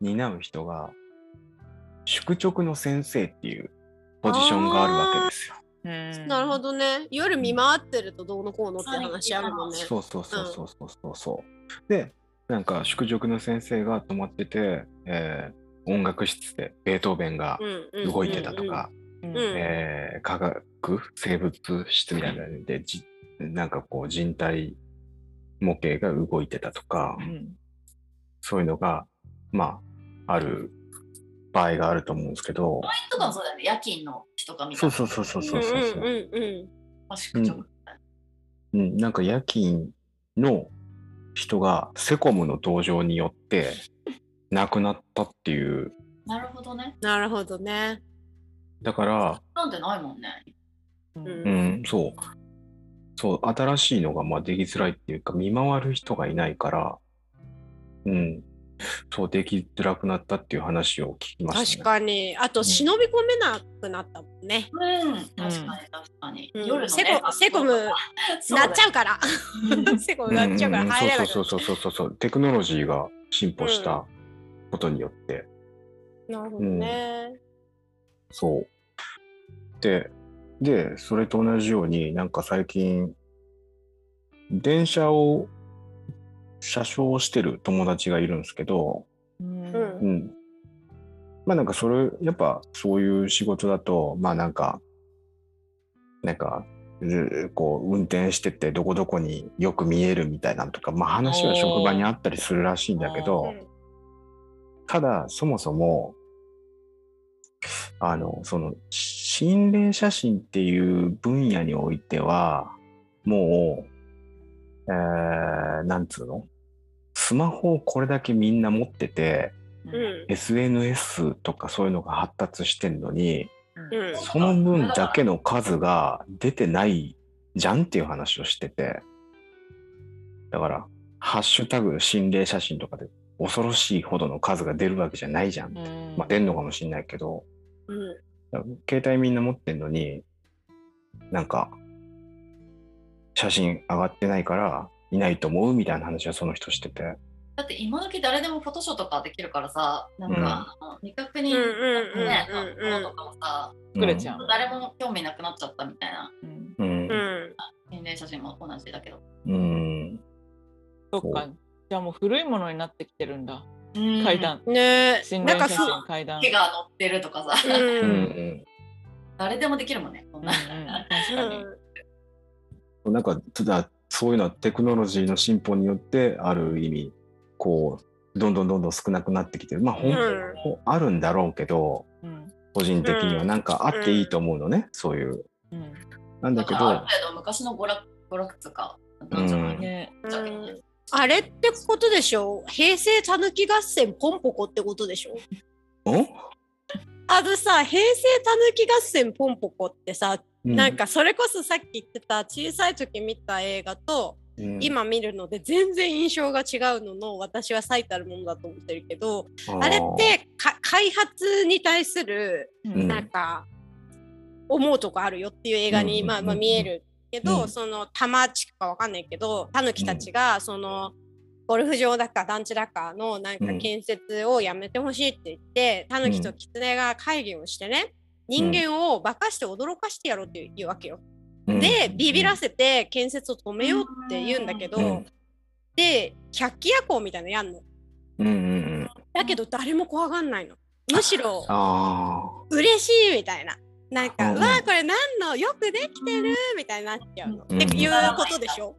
A: 担う人が宿直の先生っていうポジションがあるわけですよ。
B: うん
D: なるほどね。夜見回ってるとどうのこうのって話あるもんね。
A: そうそうそうそうそうそうそう。でなんか宿直の先生が泊まってて、えー音楽室でベートーベンが
D: うんうん
A: 動いてたとか、
B: うん
D: うん
A: えー化学生物室みたいなのでじなんかこう人体模型が動いてたとか。
B: うん
A: そういうのが、まあ、ある場合があると思うんですけど、
C: ワインとかもそうだよね。夜勤の人かみた
A: そ
C: いうな。
A: そうそうそう
D: う
A: そ
D: ん
A: う
D: う
A: そう,、
D: んうんうん。
C: まあ宿直
A: うんうん。なんか夜勤の人がセコムの登場によって亡くなったっていう、
C: なるほどね。
D: なるほどね。
A: だから、
C: なんてないもんね。
B: うん
A: う。ん、そう。そう、新しいのがまあできづらいっていうか、見回る人がいないから、うん、そう、できづらくなったっていう話を聞きまし
D: 確
A: た、ね。
D: かに。あと忍び込めなくなったもんね。
C: うん。確かに確かに。
D: うん
C: 夜のね
D: セコセコム、
C: そうだ
D: な
C: よ
D: っちゃうから。 セコムなっちゃうから入れなく
A: そ
D: な
A: う
D: っ
A: そうそうそうそうそうテクノロジーが進歩したことによって、
D: た。なるほどね。
A: そうででそれと同じようになんか最近電車を車掌をしてる友達がいるんですけど、
B: うん
D: う。
A: うんん、まあなんかそれやっぱそういう仕事だとまあなんかなんかずこう運転しててどこどこによく見えるみたいなのとか、まあ、話は職場にあったりするらしいんだけど、ただそもそもあのその心霊写真っていう分野においてはもう、えーなんつうのスマホをこれだけみんな持ってて
D: う
C: うん
D: ん。
A: SNS とかそういうのが発達してんのに
D: うん
A: その分だけの数が出てないじゃんっていう話をしててだから「ハッシュタグ心霊写真」とかで恐ろしいほどの数が出るわけじゃないじゃんまあ、出んのかもしれないけど、
D: うん。
A: 携帯みんな持ってんのに、なんか、写真上がってないから、いないと思うみたいな話はその人してて。
C: だって今時誰でもフォトショーとかできるからさ、なん
A: うん
C: か、あの未確認
D: うんうんうんうん
C: ね、学校とかもさ、
B: 作れちゃう。
C: 誰も興味なくなっちゃったみたいな、
B: うん
A: うん。
D: う
A: うん
D: ん
C: 心霊写真も同じだけど。
A: うん。
B: そっか。じゃあもう古いものになってきてるんだ。階
C: 階。
B: 段。
D: ねえ
B: 心霊
D: なんか
B: 写
D: ふ
B: 真階段。
C: 手が乗ってるとかさ、
D: うん
A: う
D: うん
A: ん
C: 誰でもできるもんね、こん
B: うんう、
C: なん
B: 確かに。
A: うんなんかただそういうのはテクノロジーの進歩によってある意味こうどんどんどんどん少なくなってきてるまあ本
D: うん
A: 当にあるんだろうけど
B: うん
A: 個人的にはなんかあっていいと思うのね、そういう。
B: うん
A: なんだ
C: だ
A: け
C: からある
A: ど
C: 程度昔の娯楽娯楽とか、なんじゃない
B: ね
C: じゃけど
D: うんあれってことでしょ平成たぬき合戦ポンポコってことでしょ
A: ん
D: あのさ平成たぬき合戦ポンポコってさ、
A: うん
D: なんかそれこそさっき言ってた小さい時見た映画と、
A: うん
D: 今見るので全然印象が違うのの私は最たるものだと思ってるけど
A: ー
D: あれってか開発に対する
A: うん
D: なんか思うとこあるよっていう映画に、
A: うん
D: まあ、まあ
A: うん
D: 見えるけ
A: う
D: ど、
A: ん
D: そのたまちかわかんないけどタヌキたちがその、ゴルフ場だか団地だかのなんか
A: うん
D: 建設をやめてほしいって言って、タヌキとキツネが会議をしてね人間を化かして驚かしてやろうっていうわけよ。
A: うん
D: でビビらせて建設を止めようって言うんだけど、
A: うん
D: で百鬼夜行みたいなのやんの。
A: うんうんうん
D: だけど誰も怖がんないの。むしろ
A: あ
D: 嬉しいみたいな。なん
A: う
D: か、うん
A: うん
D: わあこれ何のよくできてるみたいになっちゃうの。
A: うん
D: っていうことでしょ。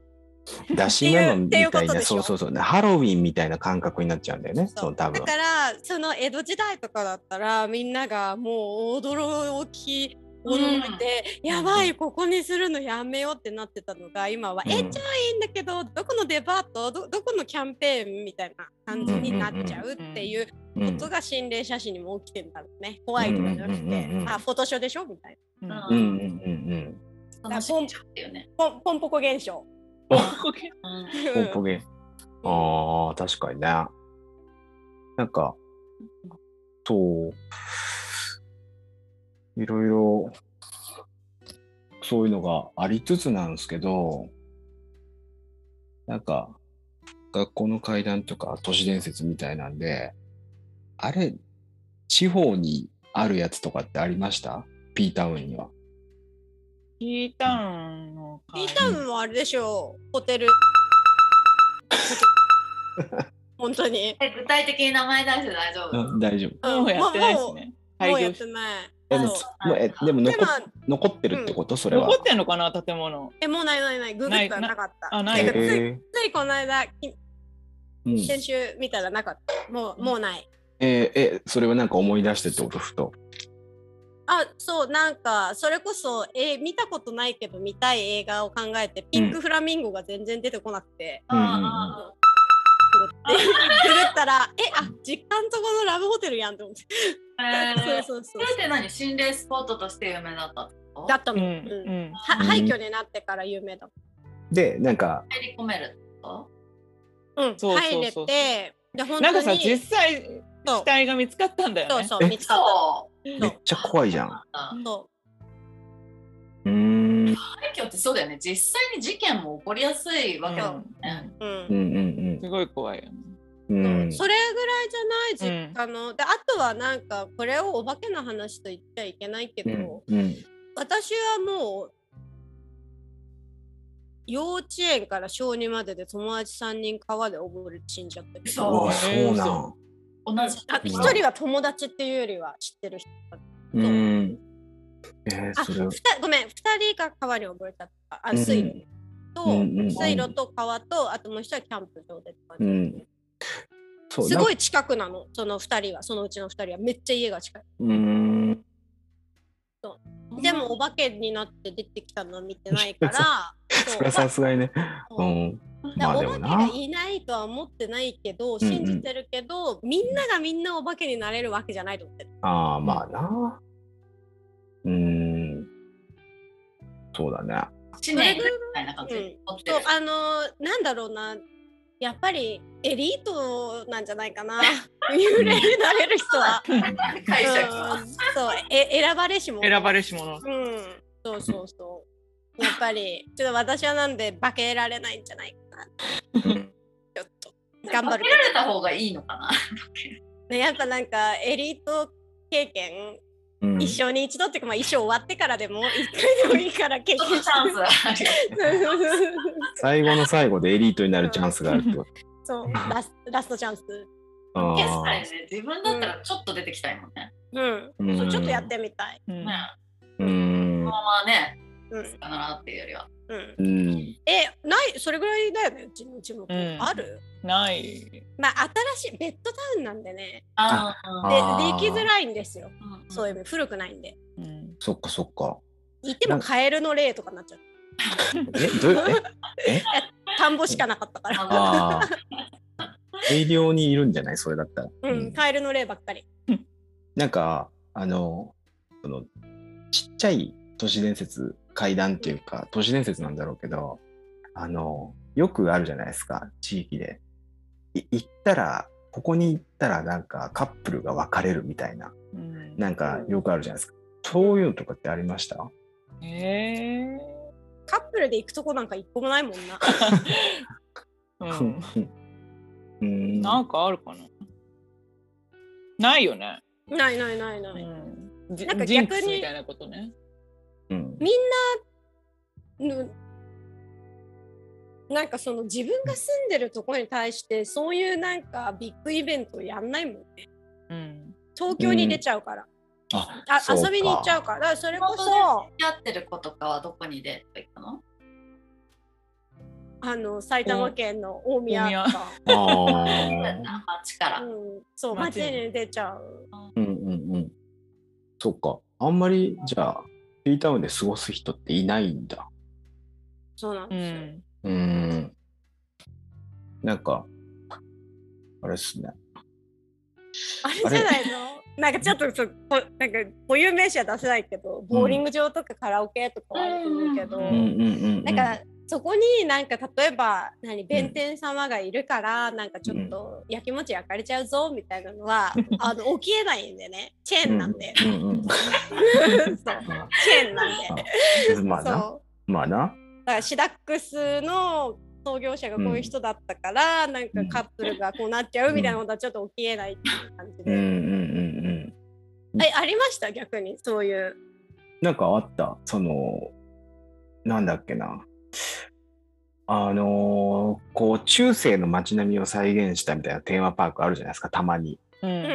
A: あ出し物みたい
D: っていうこと
A: な
D: でし
A: そ
D: ょ
A: うそうそうハロウィンみたいな感覚になっちゃうんだよね
D: そ
A: そうう多
D: だ
A: 分
D: からその江戸時代とかだったらみんながもう驚き驚いて、やばいここにするのやめようってなってたのが今は、
A: うん
D: え超いいんだけどどこのデパートどどこのキャンペーンみたいな感じになっちゃうっていう
A: うん
D: ことが心霊写真にも起きてんだろうね怖いとかじゃなく
A: うんうんうんう
D: て
A: ん
D: あフォトショーでしょみたいな。
B: うん
C: うん
A: うんうんうん
C: 楽しんじゃうっていうね。
D: ポンポンポコ現象。
C: うん
A: うんポンポゲ あー確かにねなんかそういろいろそういうのがありつつなんですけどなんか学校の階段とか都市伝説みたいなんであれ地方にあるやつとかってありました ?P タウンには。
B: ピータウンの
D: ピ
B: 階
D: ータウンはあれでしょう、ホ テル。本当に。
C: え具体的に名前出して大丈夫、
A: うん大丈夫。
B: もうやってないしね。
D: もうもう
B: 廃
D: や
B: 業し
D: っ
B: て
D: てない。
A: えでも
D: そう
A: もうえでも残
D: でも
A: っ、残ってるってこと、それは。
B: 残ってんのかな建物。
D: え、もうないないない、ググったら
B: ない
D: なかった。
B: あない
D: てかつい
A: え
D: ついこの間、き
A: ーうん
D: 先週見たらなかった。もう、もうない。
A: えーえそれはなんか思い出してってことふと。
D: あ、そう、なんか、それこそ、えー見たことないけど、見たい映画を考えて、ピンクフラミンゴが全然出てこなくて。
A: うんうんうん
C: あ
D: ググったら、え、あ、実家んとこのラブホテルやんって思って。
C: あああ
D: そう
C: えー
D: そうそ
C: そうれ。って何心霊スポットとして有名だったってこと
D: だった
B: うん
D: の。
B: う
D: うん
B: ん。
D: は
A: うん
D: 廃墟になってから有名だ
A: でなんか
C: 入り込めるってこ
D: もん。うん、
B: そうそうそう
D: 入れて、で本
B: なん
D: 当
B: か
D: に
B: さ実際機
D: そう
B: 体が見つかったんだよ
D: そう
B: ね。
D: そう
A: え
D: 見つ
C: と
D: かっ
C: そう
A: めっちゃ怖いじゃん。
C: 廃
D: そう
A: ーん
C: 墟ってそうだよね実際に事件も起こりやすいわけだもんね、
D: う、う
A: うんん
B: すごい怖いよね。
A: うんうん。うん
D: それぐらいじゃない実家の、であとはなんかこれをお化けの話と言っちゃいけないけど、
A: うんうん
D: 私はもう幼稚園から小2までで友達3人川で溺れて死んじゃってる
A: う
C: そう
A: わそうなん。
C: 同じ
D: あ一人は友達っていうよりは知ってる人
A: うーん。えー、
D: あ
A: それ
D: ふたごめん2人が川に溺れちゃったあ
A: うん
D: 水路と、
A: うんうん
D: 水路と川とあともう一人はキャンプ場でって感
A: う
D: じ、
A: ん。そう
D: すご
A: い。
D: い近くなのその2人はそのうちの2人はめっちゃ家が近い
A: なんう
D: でもお化けになって出てきたのは見てないから
A: ーん。
D: そ
A: そうれはさすがにね。
D: そう
A: う
D: だ
A: ん。
D: から
A: まあでもな
D: お化けがいないとは思ってないけど信じてるけど、みんながみんなお化けになれるわけじゃないと思ってる
A: ああまあな。うーん。そうだね。
C: 知念みたいな感じで撮って
D: そ
C: る
D: うあのーなんだろうなやっぱりエリートなんじゃないか な幽霊になれる人は。
C: 解釈
D: う
C: は
D: んそうえ選ばれしも
B: 選ばれし者。
D: うんそうそうそうやっぱりちょっと私はなんで化けられないんじゃないかな
A: うん
D: ちょっと頑張
C: 分
D: る
C: けられた方がいいのか な。
D: ねやっぱなんかエリート経験
A: うん
D: 一生に一度っていうか、まあ、一生終わってからでも一回でもいいから経
C: ちょっと
D: 験
C: チャンスはある。
A: 最後の最後でエリートになるチャンスがあるってこと。
D: そうラスラストチャンス、
A: あ
C: 確
A: ー
C: かにね、自分だったらちょっと出てきたいもんね。
D: うん、
A: うん
D: ちょっとやってみたい、
B: うん
C: ね
A: うん
C: このままね、
D: うん
C: だからっていうよりは。
D: うん、
A: うん
D: えないそれぐらいだよねうちのうちも、
B: うん
D: ある
B: ない。
D: まあ新しいベッドタウンなんでね
C: あ
D: で
A: あ
C: あ
A: ー
D: できづらいんですよそういう
C: う。
D: の古くないんで
B: うん
A: そっかそっか。
D: 行ってもカエルの霊とかになっちゃう
A: えどういうえ
D: 田んぼしかなかったから、
A: ああ。営業にいるんじゃないそれだったら。
D: うん、カエルの霊ばっかり
A: なんかあのそのちっちゃい都市伝説怪談っていうか都市伝説なんだろうけどあのよくあるじゃないですか地域で。い行ったらここに行ったらなんかカップルが別れるみたいな
B: うん
A: なんかよくあるじゃないですか。そういうのとかってありました
B: ええ。
D: カップルで行くとこなんか一個もないもんな
B: うん。
A: うん
B: なんかあるかな。ないよね。
D: ないないないない、
B: うん。ジ
D: なんか逆に
B: ジンクスみたいなことね。
A: うん
D: ぬなんかその自分が住んでるとこに対してそういうなんかビッグイベントやんないもんね
B: うん。
D: 東京に出ちゃうから、
A: あ
D: あ
A: そうか
D: 遊びに行っちゃうからだからそれこ
C: 地
D: そ
C: やってる子とかはどこにで行くの
D: あの埼玉県の大宮とか、
A: あー
C: 街から。
D: うん、そう
B: まあ
D: 街に出ちゃう
A: うんうんうん。そっか。あんまりじゃあ、フリータウンで過ごす人っていないんだ。
D: そうなん
B: う
D: ですよ、
B: ん。
A: うーん。なんか、あれっすね。
D: あれじゃないのなんかちょっとそうこなんか固有名詞は出せないけどボーリング場とかカラオケとかはあると思うけど、
C: うんうん
A: うんうんうん。
D: なんか、そこになんか例えば何弁天様がいるから、なんかちょっとやきもち焼かれちゃうぞみたいなのは、あの起きえないんでねチェーンなんで、
A: うん うんうん。
D: そうチェーンなんで、
A: うんまあな。
D: そう
A: まあな。
D: だからシダックスの創業者がこういう人だったから、なんかカップルがこうなっちゃうみたいなことはちょっと起きえないっていう感
A: うん
D: じで、
A: うんうんうん。
D: えありました逆にそういう
A: なんかあった。その、なんだっけな。あのーこう中世の街並みを再現したみたいなテーマパークあるじゃないですかたまに
B: う。
D: うんん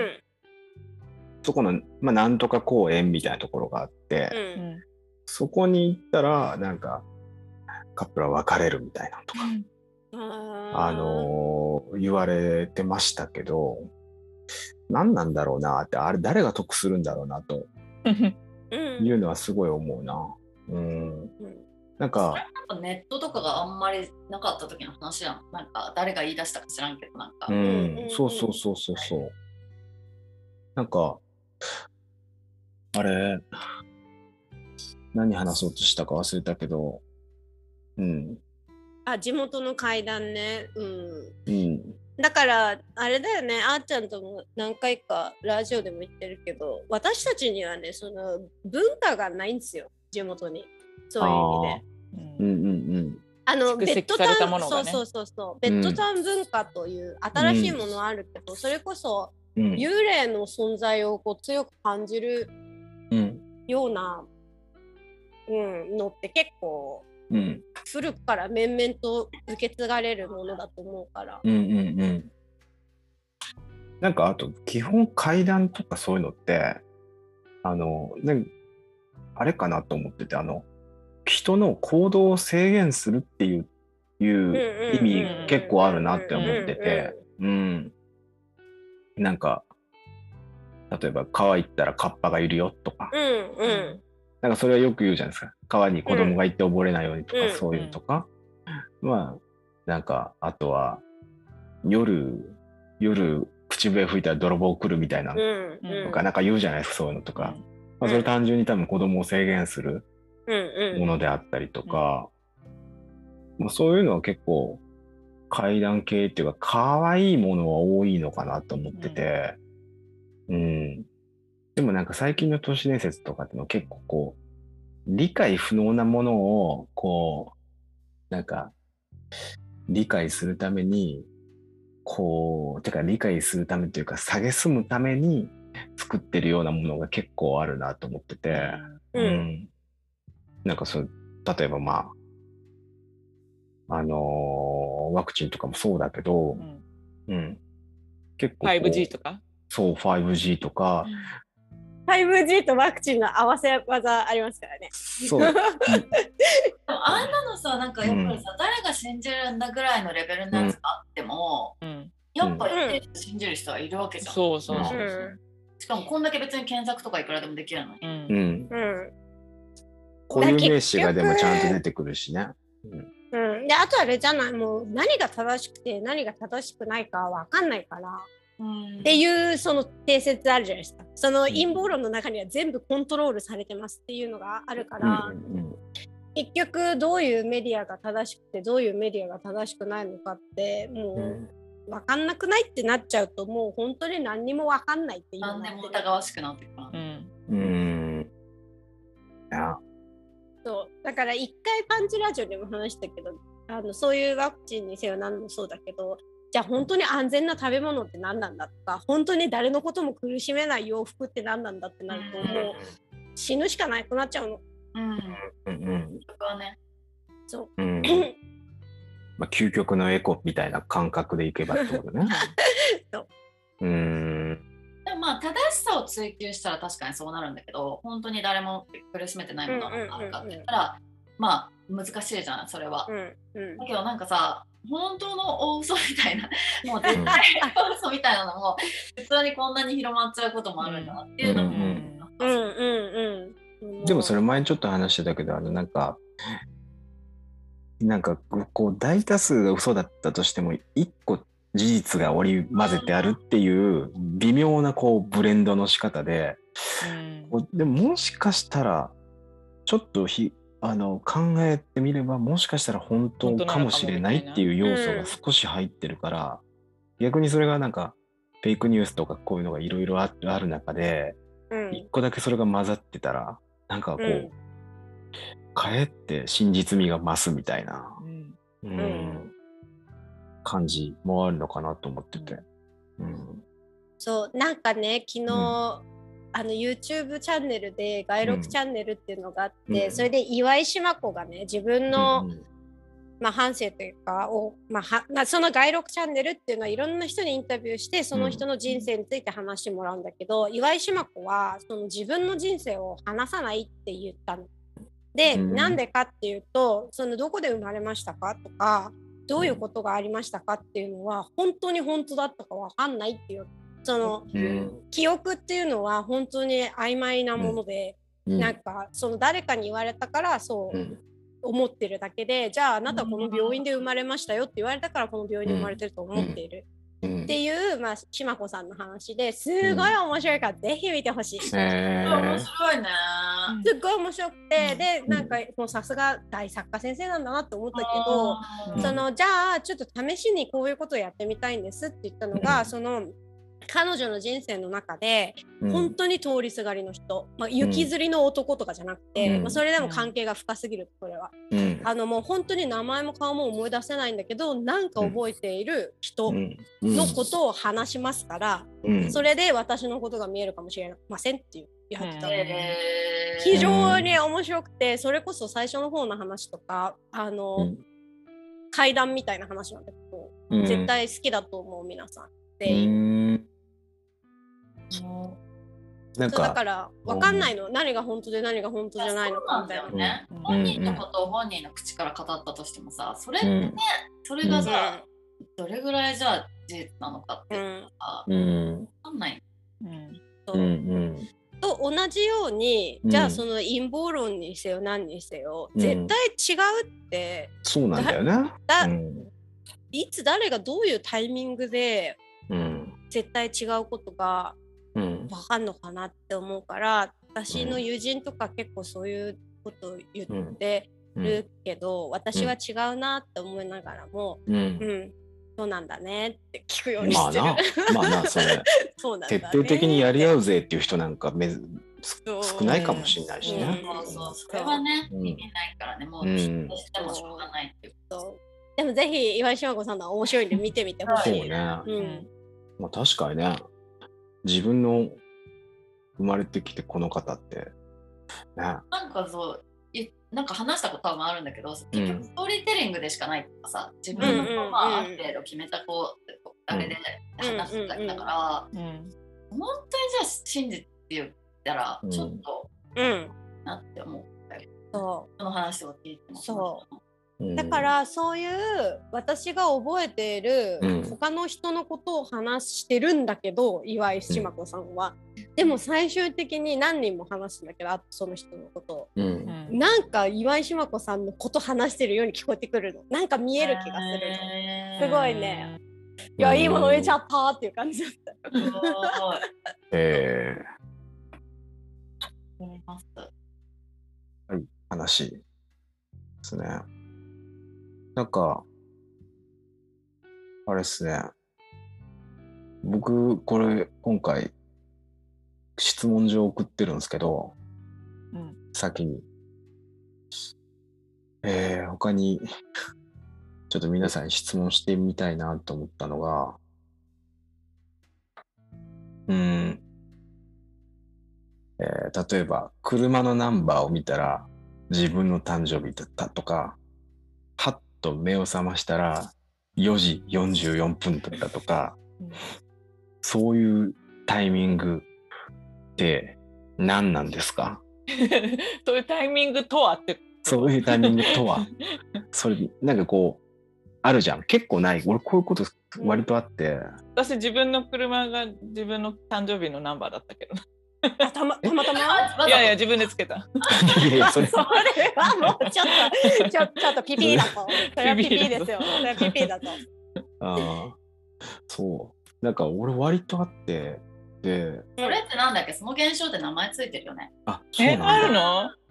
A: そこの、まあ、なんとか公園みたいなところがあって、
B: う
D: う
B: んん。
A: そこに行ったらなんかカップルは別れるみたいなとか、
D: あ
A: あのー言われてましたけど何なんだろうなってあれ誰が得するんだろうなと
D: ーうん
A: いうのはすごい思うな。うん
D: うん
A: なんか
C: ネットとかがあんまりなかった時の話じゃん。なんか誰が言い出したか知らんけど、なんか
A: う。
D: うんうんん
A: そうそうそうそうそうなんかあれ何話そうとしたか忘れたけどうん
D: あ地元の階段ね
A: う
D: うん
A: ん
D: だからあれだよねあーちゃんとも何回かラジオでも言ってるけど私たちにはねその文化がないんですよ地元にそういう意味で。
A: うんうん
D: あの
B: 蓄
D: ベッ
B: 積
D: ド
B: され
D: タ
B: た
D: ウン、
B: もの
D: そ
B: が
D: う
B: ね
D: そうそうそうベッドタウン文化という新しいものあるけど、それこそ
A: うんうん
D: 幽霊の存在をこう強く感じる
A: うん
D: ような、うん、のって結構
A: うん
D: 古くから面々と受け継がれるものだと思うから。
A: うんうんうん。なんかあと基本階段とかそういうのってあのねあれかなと思っててあの人の行動を制限するっていういう意味結構あるなって思っててうんなんか例えば川行ったらカッパがいるよとか
D: うんうんうん
A: なんかそれはよく言うじゃないですか川に子供が行って溺れないようにとか、
D: うん
A: そういうのとか、まあなんかあとは夜夜口笛吹いたら泥棒来るみたいな
D: う
A: の
D: んうん
A: とか、なんか言うじゃないですかそういうのとか、
B: うん
A: まあ、それ単純に多分子供を制限する
D: うんう
A: も
D: ん
A: のであったりとか、まあ、そういうのは結構階段系っていうか可愛いものは多いのかなと思ってて、うんでもなんか最近の都市伝説とかってのは結構こう理解不能なものをこうなんか理解するためにこうてか理解するためというか蔑むために作ってるようなものが結構あるなと思ってて、
D: うん
A: なんかそう例えばまああのーワクチンとかもそうだけど、うん、結構こう
B: 5G とか。
A: そう 5G とか
D: 5G とワクチンの合わせ技ありますからね。
A: そう
C: でもあんなのさなんかやっぱりさ、誰が信じるんだぐらいのレベルのやつがあっても、
B: うん、
C: やっぱ一定数信じる人はいるわけじゃん、
B: そうそうそうう。
D: ん
C: しかもこんだけ別に検索とかいくらでもできるのに
B: うん
A: うん、
D: うん
A: 固有名詞がでもちゃんと出てくるしね。
D: うん、であとあれじゃないもう何が正しくて何が正しくないかわかんないからっていうその定説あるじゃないですかその陰謀論の中には全部コントロールされてますっていうのがあるか
A: う
D: ら、
A: ん
D: 結局どういうメディアが正しくてどういうメディアが正しくないのかって
A: うんう
D: も
A: ん
D: う分かんなくないってなっちゃうともう本当に何にも分かんないっていう
C: 何でも疑わしくなってくる
B: う
C: の
B: ん
A: うんいや
D: そうだから一回パンチラジオでも話したけどあのそういうワクチンにせよ何もそうだけどじゃあ本当に安全な食べ物って何なんだとか本当に誰のことも苦しめない洋服って何なんだってなると
C: うん
D: もう死ぬしかなくなっちゃうの。
C: うん
A: うんうん
C: そこはね
D: そう
A: うんまあ究極のエコみたいな感覚でいけばってことね
D: そう。
A: うーん
C: でもまあ正しさを追求したら確かにそうなるんだけど本当に誰も苦しめてないものがあるかって言ったら、まあ難しいじゃんそれは、
D: うんうん
C: だけどなんかさ本当の大嘘みたいなもう絶対大嘘みたいなのも普通にこんなに広まっちゃうこともあるんだなっていうのも、
A: うん
D: うんうんうん
A: でもそれ前にちょっと話してたけどあのなんかなんかこう大多数が嘘だったとしても一個事実が織り交ぜてあるっていう微妙なこうブレンドの仕方で
B: うん
A: こうでももしかしたらちょっとひあの考えてみればもしかしたら本当
B: 本当なの
A: か
B: かも
A: もしれないっていう要素が少し入ってるから、逆にそれがなんかフェイクニュースとかこういうのがいろいろあある中で
D: うん
A: 一個だけそれが混ざってたらなんかこう、
D: うん
A: かえって真実味が増すみたいな、
B: うん
A: うん
D: ん
A: 感じもあるのかなと思ってて。うん
D: そうなんかね昨日、
A: うん
D: あの YouTube チャンネルで「外
A: うん
D: 録チャンネル」っていうのがあって、
A: うん
D: それで岩井島子がね自分の、
A: うん
D: まあ、反省というかを、まあ、はまあその「外録チャンネル」っていうのはいろんな人にインタビューしてその人の人生について話してもらうんだけど、岩井島子はその自分の人生を話さないって言ったの。で、
A: うん
D: なんでかっていうとそのどこで生まれましたかとかどういうことがありましたかっていうのは本当に本当だったか分かんないっていうその。
A: うん
D: 記憶っていうのは本当に曖昧なもので、
A: うん
D: なんかその誰かに言われたからそううん思ってるだけで、じゃああなたはこの病院で生まれましたよって言われたからこの病院で生まれてると思っている、
A: うん
D: っていう、まあ、しまこさんの話ですごい面白いからぜひ見てほしい。す
A: へ
C: 面
A: ー
C: 白いね、
D: っごい面白くて、
B: うん
D: で
A: ん
D: なんかもうさすが大作家先生なんだなって思ったけど、
A: うん
D: そのじゃあちょっと試しにこういうことをやってみたいんですって言ったのが、
A: うん
D: その彼女の人生の中で、
A: うん
D: 本当に通りすがりの人、まあ、雪吊りの男とかじゃなくて、
A: うん
D: まあ、それでも関係が深すぎるこれは、
A: うん
D: あのもう本当に名前も顔も思い出せないんだけどなんか覚えている人
A: うん
D: のことを話しますから、
A: うん
D: それで私のことが見えるかもしれませんっていうやってたの、
B: うん
C: えー
D: 非常に面白くてそれこそ最初の方の話とかあの、
A: うん
D: 階段みたいな話なんだけど、
A: うん
D: 絶対好きだと思う皆さんって
A: う
D: いう、
A: んなん
D: そうだか
A: から
D: 分かんないの、何が本当で何が本当じゃないの
C: そうな
D: か
C: ん
D: みた
C: だ
D: いな
C: よ。ね、
B: うん
C: 本人のことを本人の口から語ったとしてもさそれ、
A: うん
C: それがさ、どれぐらいじゃあ事実なのかって
D: う
C: さ、
D: ん
A: うん
C: 分かんない
B: うん
D: そううんと同じように、
A: うん
D: じゃあその陰謀論にせよ何にせよ、
A: うん
D: 絶対違うって
A: そうなんだよね
D: だ
A: うん
D: いつ誰がどういうタイミングで
A: うん
D: 絶対違うことが
A: うん
D: 分かんのかなって思うから私の友人とか結構そういうことを言ってるけど、私は違うなって思いながらも、
A: う
D: うん
A: ん
D: そうなんだねって聞くように
A: まあ
D: してる。
A: なまあなそれ
D: そうなんだ
A: 徹
D: ね
A: 底的にやり合うぜっていう人なんかめず
D: そう
A: 少ないかもしれないしね
C: そうそうそれはね、
A: うん
C: 意味ないからねもう
A: うん
C: 否定してもしょうがないっていう
D: そうででもぜひ岩井志麻子さんのは面白いんで見てみてほ
A: そう
D: しい。
A: ね。ま
D: うん、
A: あ確かにね、自分の生まれてきてこの方って、ね、
C: なんかそういなんか話したことはあるんだけど結
A: うん
C: 局ストーリーテリングでしかないとかさ自分の
A: うん
D: うんうん
C: まあある程度決めたこうあれで話すだけだから、
B: うん
C: 本当にじゃあ真実って言ったら
A: うん
C: ちょっと
D: うん、
C: なって思う、
D: そ
C: その話を聞いても
D: そう
A: うん
D: うだからそういう私が覚えている
A: うん
D: 他の人のことを話してるんだけど岩井志麻子さんは、でも最終的に何人も話すんだけどあとその人のことを
A: う、
B: うんん
D: なんか岩井志麻子さんのこと話してるように聞こえてくるのなんか見える気がするの。すごいね。いやいいもの入れちゃったーっていう感じだ った。
C: すごい
A: えー、
C: 思います
A: 話ですね。なんか、あれですね。僕、これ、今回、質問状送ってるんですけど、
B: うん
A: 先に。えー、他に、ちょっと皆さんに質問してみたいなと思ったのが、うん、えー例えば、車のナンバーを見たら、自分の誕生日だったとか、はっと目を覚ましたら4時44分だったとか、そういうタイミングって何なんですか
B: そういうタイミングとはって
A: そういうタイミングとはそれ、なんかこう、あるじゃん。結構ない。俺こういうこと割とあって、
B: 私自分の車が自分の誕生日のナンバーだったけど
D: あたまたまたま。
C: わざと
B: いやいや自分でつけた
A: いやいや、それ
D: それはもうちょっと、ちょちょっとピピーだ と。それはピピーですよ。それはピピーだと。
A: あーそう。なんか俺割とあって、で、
C: それってなんだっけその現象って名前ついてるよね
A: あ、そうな
B: え
A: んだ。
B: ある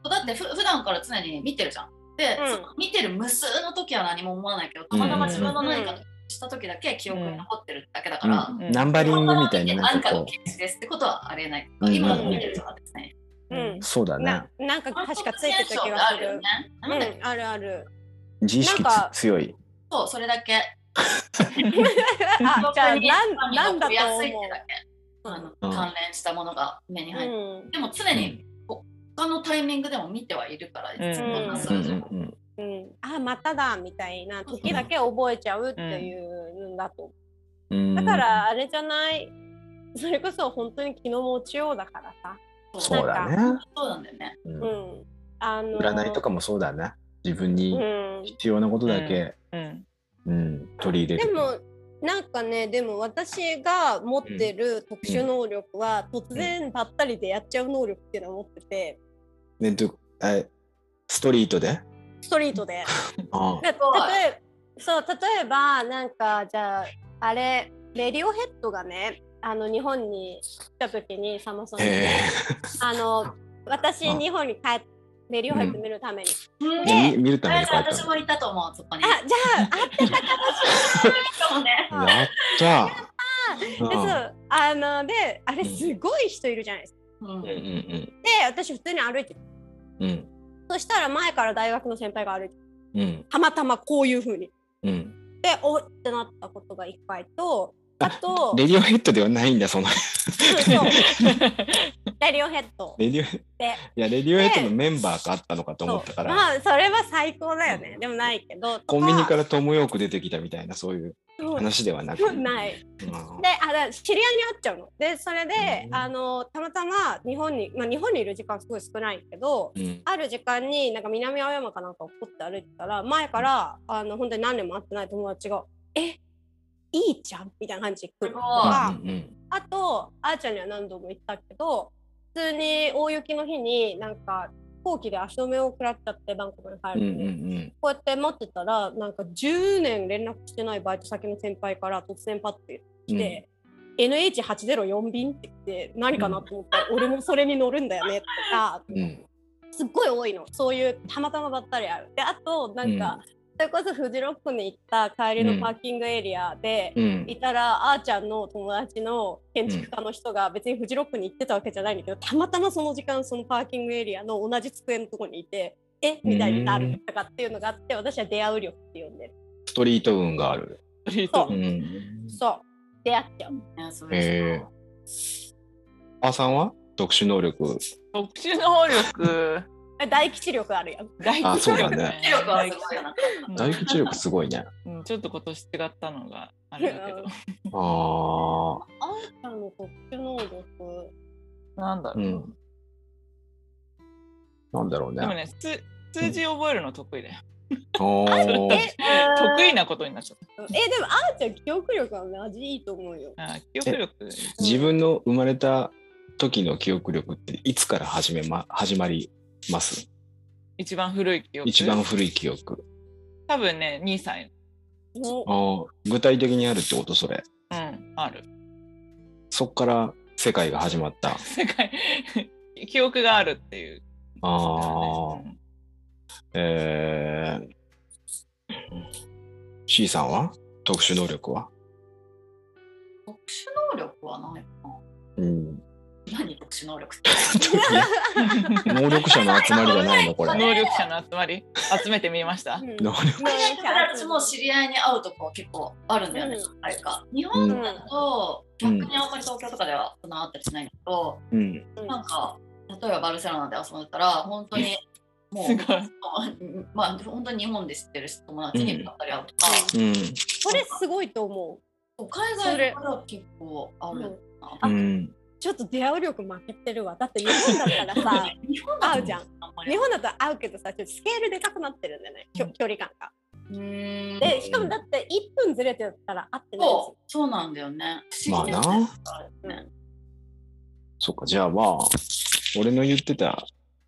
B: の
C: だってふ普段から常に見てるじゃん。で、
D: うん
C: その見てる無数の時は何も思わないけどたまたま自分の何かした時だけ記憶に残ってるだけだから、
A: うん
B: うん
A: ナンバリングみたいにな
C: 何
A: んか
C: かの
A: こ
C: 検視ですってことはありえない。
A: うん
C: 今の見てるとかですね。
D: う
B: うん
D: ん
A: う、。そうだね
D: な。なんか確かついてた気が
C: あ
D: す
C: るよ
D: る
C: ね。。なんだっけ
D: うん、あるある。
A: 自意識つ
D: なんか
A: 強い。
C: そうそれだけ。
D: あ、じゃあ、な
C: 記
D: ん、な
C: 憶
D: ん
C: に
D: だ
C: 残りや
D: と
C: すいっ
D: 思
C: てだけあの関連したものが目に入って、
D: う。
C: でも常に他のタイミングでも見てはいるから、
B: ん
C: いつも同じ
A: うん
C: 数字を
A: うんうん。
D: うん、うん、あ、まただみたいな時だけ覚えちゃうっていうんだと思う。だ
A: だ
D: から、あれじゃない。それこそ、本当に気の持ちようだからさ。
A: そうだね、
C: そうなんだよね。
A: うん
D: うん。あの。
A: 占いとか。もそうだね自分
D: う
A: に
D: ん。
A: 必要なことだけ、
B: うん
A: うん取り入れ
D: で
A: る
D: もなんかねでも私が持ってる特殊能力は、突然ばったりでやっちゃう能力っていうのを持ってて
A: ねどえストリートで
D: ストリートで。
A: あ
D: だ例
C: ごい
D: えそう例えばなんかじゃああれレディオヘッドがねあの日本に来た時にサマソンに、
A: え
D: あの私
A: あ
D: 日本に帰ってレディオヘッド見るために、
A: え
D: で
A: 見見るために帰った
C: 私もいたと思うそこに。
D: あじゃああってた
C: かもね。
A: のやったー
D: でそうあのであれすごい人いるじゃないですか。
C: うん
A: うんうん
D: で私普通に歩いてる
A: うんうん
D: そしたら前から大学の先輩が歩いてる
A: うん
D: たまたまこういう風に
A: うん
D: でおっってなったことが一回とあと
A: レディオヘッドではないんだその
D: そうそうレディオヘッド
A: レディオ
D: で
A: いやレディオヘッドのメンバーがあったのかと思ったから、
D: そうまあそれは最高だよねでもないけど
A: コンビニかららトムヨーク出てきたみたいなそういう話ではなく
D: ない
A: うん
D: であだ知り合いに会っちゃうのでそれで、
A: うん
D: あのたまたま日本に、まあ、日本にいる時間すごい少ないけど
A: うん
D: ある時間になんか南青山かなんかをポって歩いてたら前からあの本当に何年も会ってない友達が「えいいじゃん」みたいな感じで来る
C: すごい
D: あ
A: うんうん
D: あとあーちゃんには何度も言ったけど普通に大雪の日になんか飛行機で足止めを食らっちゃってバンコクに帰
A: うんう
D: る
A: ん
D: のに、
A: うん
D: こうやって待ってたらなんか10年連絡してないバイト先の先輩から突然パッて
A: う
D: 来
A: ん
D: て「NH804 便」って来て何かなと思ったら「俺もそれに乗るんだよね」とか
A: うん
D: すっごい多いのそういうたまたまばったりある。であとなんか、それこそフジロックに行った帰りのパーキングエリアで、
A: うん
D: いたらあーちゃんの友達の建築家の人が別にフジロックに行ってたわけじゃないんだけどたまたまその時間そのパーキングエリアの同じ机のとこにいてえみたいになるとかっていうのがあって私は出会う力って呼んでる
A: ストリート運がある。
D: そう
A: うん。
D: そう出会っちゃう
C: ねそう
A: へ
C: いう
A: えあさんは特殊能力。
B: 特殊能力、
D: え大吉力あるやん
B: 大
A: あそうだ
B: 吉力
A: ね
B: ね。
C: 視力はすごいよな。
A: 大吉力すごいね。
B: うん、ちょっと今年違ったのがあれだけど、
A: ああ。
D: あんちゃんの特殊能力
B: なんだ
A: う
B: ろう。
A: ん。なんだろう
B: でも
A: ね。
B: ね、数数字覚えるの得意だよ。
A: おー
D: え
B: 得意なことになっちゃっ
D: えでもあーちゃん記憶力はマジいいと思うよ
B: た。あー記憶力。
A: 自分の生まれた時の記憶力っていつから始めま始まります
B: 一番古い記憶。
A: 一番古い記憶。
B: 多分ね、2歳。
D: も
A: あー具体的にあるってことそれ。
B: うん、ある。
A: そっから世界が始まった。
B: 世界、 記憶があるっていう。
A: ああ。えー、C さんは特殊能力は、
C: 特殊能力はないかな。
A: うん、
C: 何特殊能力って。
B: うん
A: 能力者の集まりじゃないのこ れ。
B: 能力者の集まり、集めてみました
D: う。ん
A: 能力
C: 私も知り合いに会うとこ結構あるんだよね、
D: う
C: あれか。日本だと、
A: うん
C: 逆にあんまり東京とかではそんなあったりしないけど、
A: うん。
C: なんか、例えばバルセロナで遊んでたら、本当にもう
B: す、ごい。
C: まあ、本当に日本で知ってる友達にばったり会うとか、
A: うん。
D: それすごいと思
C: 海外から結構あ
D: う、うん
C: る
A: う
C: な。
A: ん。
D: ちょっと出会う力負けてるわだって日本だったらさ
C: 日本だと
D: 会うじゃん
C: あんまり
D: 日本だと会うけどさちょっとスケールでかくなってるんだよねきょ距離感が
C: うーん
D: でしかもだって1分ずれてたら会ってない
C: そうそうなんだよね。不思議だよねあれね
A: そっか、じゃあまあ、俺の言ってた、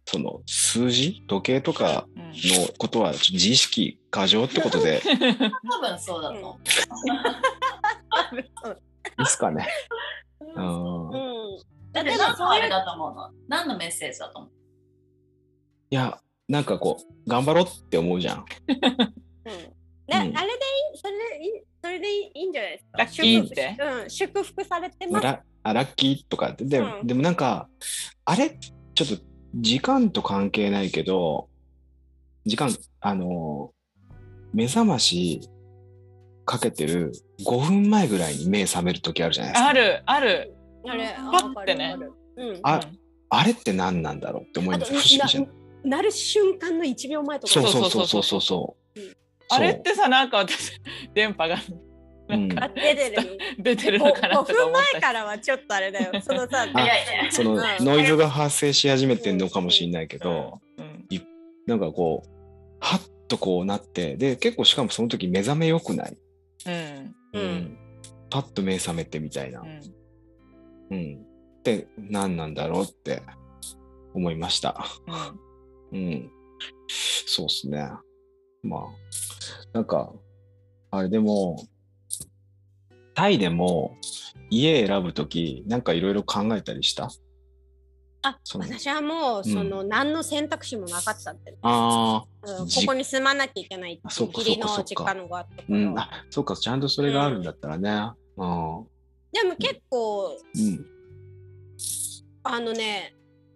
A: その数字、時計とか
B: うん
A: のことは、自意識過剰ってことで
C: 多分そうだと思う。
A: いいっすかね。う
D: う
A: ん。い
D: んうん、
C: だって
D: 例
C: 何
D: えば
C: の
D: そ
C: あ
D: うい
C: れ
D: う
C: だと思うの何のメッセージだと思う
A: や、なんかこう、頑張ろうって思うじゃん。
D: うん
A: うん
D: なあれでいいそれでいいそれでいいんじゃないですか
B: ラッキーって
D: 祝福うん、祝福されてます
A: ラあラッキーとかってで,、
D: うん
A: でもなんかあれちょっと時間と関係ないけど時間あの目覚ましかけてる5分前ぐらいに目覚める時あるじゃないですか
B: ある、ある。
D: あれ
C: パ
B: ッてね
D: わかるわかるうん、
A: あ
B: うん
A: あれって何なんだろうって思い
D: あ
A: ます
D: と
A: 不思議じゃん
D: ななる瞬間の1秒前とか
A: そうそう
B: そ
A: そううそ
B: そう
A: そ
B: うそうう
A: そう
D: うん
B: あれってさ、なんか私、電波が
A: うん
D: あ出てる
B: 出てるのかなと
D: 5
B: か
D: 分
B: 思っ
D: 前
B: た
D: からはちょっとあれだよそのさ
A: あ
C: 早いね。
A: その
D: うん
A: ノイズが発生し始めてんのかもしれないけ
B: り。
A: ど、
B: うんうん
A: なんかこうハッとこうなってで結構しかもその時目覚めよくない
B: うん
D: うん
A: パッと目覚めてみたいな、
B: うん
A: うん、って何なんだろうって思いました。う
B: うん
A: ん、そうっすね。まあなんかあれでもタイでも家選ぶときなんかいろいろ考えたりした
D: あ
A: その
D: 私はもうその、何の選択肢もなかったんで、
A: あ
D: うん、
A: じ
D: ここに住まなきゃいけない
A: あ
D: って
A: そ
D: いうう
A: か
D: 義
A: そう
D: 理
A: かそうか
D: の実家のがあったか
A: ー
D: ら、
A: うんあそうかちゃんとそれがあるんだったらね。うん
D: でも結構
A: うん、
D: あのね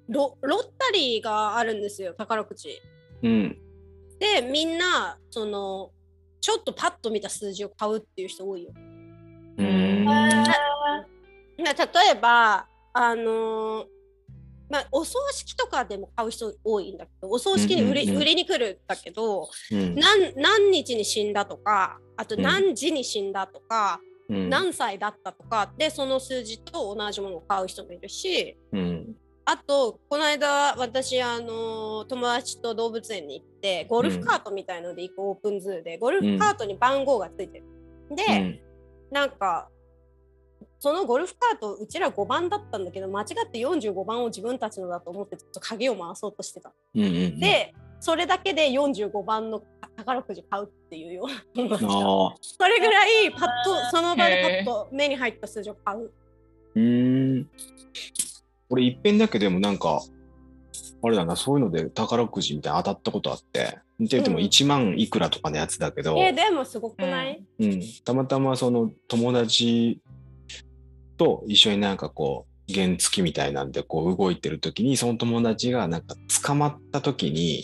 D: ロロッタリーがあるんですよ宝くじ
A: うん、
D: でみんなそのちょっとパッと見た数字を買うっていう人多いよ
A: うーん
D: な例えばあのーまあ、お葬式とかでも買う人多いんだけどお葬式に売れ,、
A: うんうんうん
D: 売れに来るんだけど
A: うん
D: 何何日に死んだとかあと
A: うん
D: 何時に死んだとか、
A: うん
D: 何歳だったとかでその数字と同じものを買う人もいるし
A: うん
D: あとこの間私あのー友達と動物園に行ってゴルフカートみたいので行くオープンズーでゴルフカートに番号がついてる。で、
A: うん
D: なんかそのゴルフカートうちら5番だったんだけど間違って45番を自分たちのだと思ってちょっと鍵を回そうとしてた、
A: うんうん、
D: でそれだけで45番の宝くじ買うっていうような
A: あー
D: それぐらいパッとその場でパッと目に入った数字を買う
A: うーん。俺、一遍だけでもなんか、あれだな、そういうので宝くじみたいなの当たったことあって、見てても
D: うん
A: 1万いくらとかのやつだけど、
D: えーでもすごくない、
A: うん、たまたまその友達と一緒になんかこう、原付きみたいなんでこう動いてる時に、その友達がなんか捕まった時に、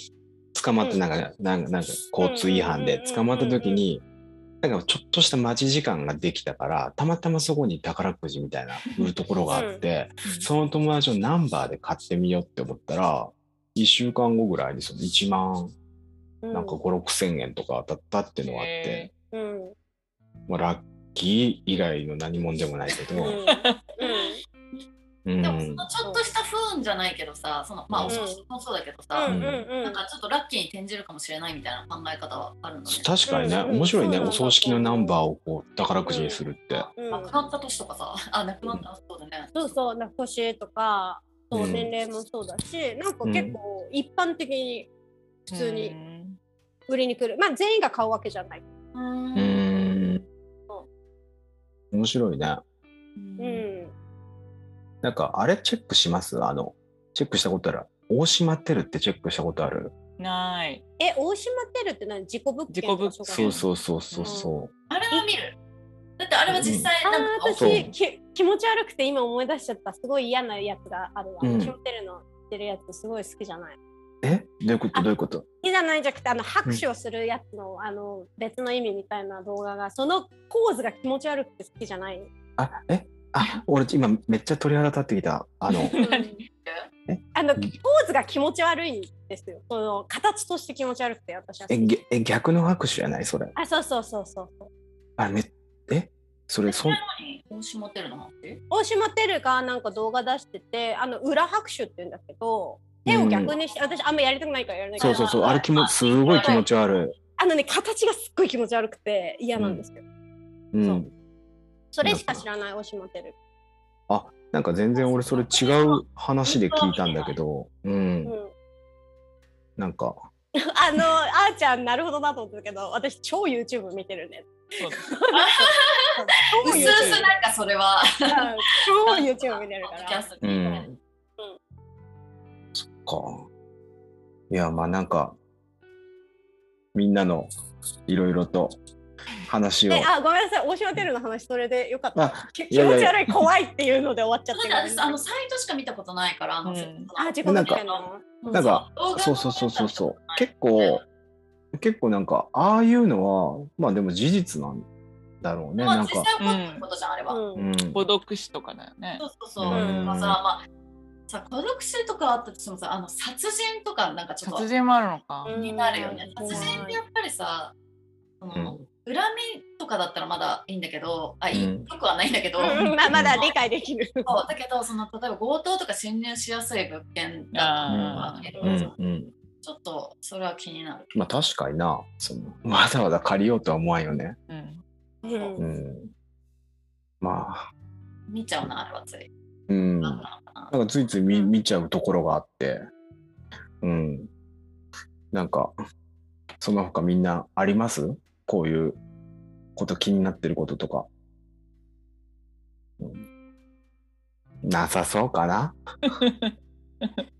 A: 捕まってなんか、なんか、なんか交通違反で
D: うんうんうんうんうん
A: 捕まった時に、なんかちょっとした待ち時間ができたからたまたまそこに宝くじみたいな売るところがあって、その友達のナンバーで買ってみようって思ったら1週間後ぐらいにその1万
D: うん
A: なんか5 6千円とか当たったっていうのがあって、
D: うんうん
A: まあ、ラッキー以外の何もんでもないけ
D: う
A: ど、
D: ん
A: う
C: でもそ
A: ん、
C: のちょっとした不運じゃないけどさそのまあ
A: うん
C: お葬式もそうだけど
D: う
C: さ、
D: んうんう
C: なんんかちょっとラッキーに転じるかもしれないみたいな考え方はあるのね。
A: 確かにね
D: うん
A: 面白いね
D: そうなんだ
A: お葬式のナンバーをこう宝くじにするって。
D: うん
C: 亡くなった年とかさ、 あ、亡くなったそうだね。
D: そうそう、な年とか、そう
A: うん
D: 年齢もそうだし、なんか結構一般的に普通に
B: うん
D: 売りに来る。まあ全員が買うわけじゃない。
C: うー。
A: うんん面白いね
D: うん。
A: なんかあれチェックしますあのチェックしたことある大島テルってチェックしたことある
B: ない。
D: え、大島テルって何事故物件
B: 事故物件
A: そう
D: う。
A: そうそうそうそう
C: あれは見る。だってあれは実際
D: あ
C: なんか、
D: あ、
A: そう
D: 私き気持ち悪くて今思い出しちゃった。すごい嫌なやつがあるわ。
A: うん
D: 大島テルの言ってるやつすごい好きじゃない。
A: えどういうことどういうこと
D: 好きじゃないじゃなくてあの拍手をするやつの,、あの別の意味みたいな動画がそのポーズが気持ち悪くて好きじゃない。
A: あえあ俺今めっちゃ鳥肌立ってきたあ の
B: 何
D: あのポーズが気持ち悪いんですよ。その形として気持ち悪くて私は好
A: え
D: き。
A: げえ逆の拍手じゃないそれ
D: あそうそうそうそうそう。
A: あめえそれそん
C: 何帽子持ってるのって
D: 大島テルがなんか動画出しててあの裏拍手って言うんだけど手を逆にして、私あんまやりたくないからやらないけ
A: そ
D: ど
A: うそうそうあれ気もすごい気持ち悪
D: あのね形がすっごい気持ち悪くて嫌なんですよ。
A: い、う
D: そ
A: ん、
D: それしか知らない大島テル。
A: あなんか全然俺それ違う話で聞いたんだけどう
D: うんん、
A: なんか
D: あのあーちゃんなるほどなと思ってたけど私超 YouTube 見てるね。
B: そうです
C: うすうすなんかそれは。
D: 超 YouTube 見てる
C: ポ
D: か
C: ッドキャ
D: ら。
C: スト
A: う
C: に
A: んそっかいやまあなんかみんなのいろいろと話を
D: であごめんなさい大島テルの話それでよかった。
A: あ
D: き
A: い
D: 気
A: やいや
D: 持ち悪い怖いっていうので終わっちゃっ
C: そ
D: て
C: うだ、
D: る
C: 私あのサイトしか見たことないから、あの、
B: うん
C: その
D: あ自己物件の
A: なんか
C: 動画
A: そうそうそうそうそう
C: はい
A: 結構結構なんかああいうのはまあでも事実なんだろうね
C: まあ
A: なん
C: 実
A: か
C: 際、起こったことじゃん、あれは。
D: うん
A: うん、
B: 孤独死とかだよね
C: そ。うそうそう。
A: うん
C: まあさ、まあ、さ、孤独死とかあったとしてもさ、あの殺人とかなんかちょっと
B: 殺人もあるのか。
D: う
C: 気
D: ん
C: になるよね。
D: うん
C: 殺人ってやっぱりさ、その
A: うん
C: 恨みとかだったらまだいいんだけど、あ、いい、
A: うん
C: よくはないんだけど、
D: うんうんまあまだ理解できる。
C: そうだけどその例えば強盗とか侵入しやすい物件だ
B: あ
C: ったりと
A: う
C: か
A: んうん
C: ちょっとそれは気になる。
A: まあ確かになその わざわざ借りようとは思わんよね
B: うん。
D: うん
A: うんまあ
C: 見ちゃうな、あれはつい。
A: うん
C: なん
A: な
C: なのかなん
A: かついつい見見ちゃうところがあってうんなんかその他みんなありますこういうこと気になってることとか、うん、なさそうかな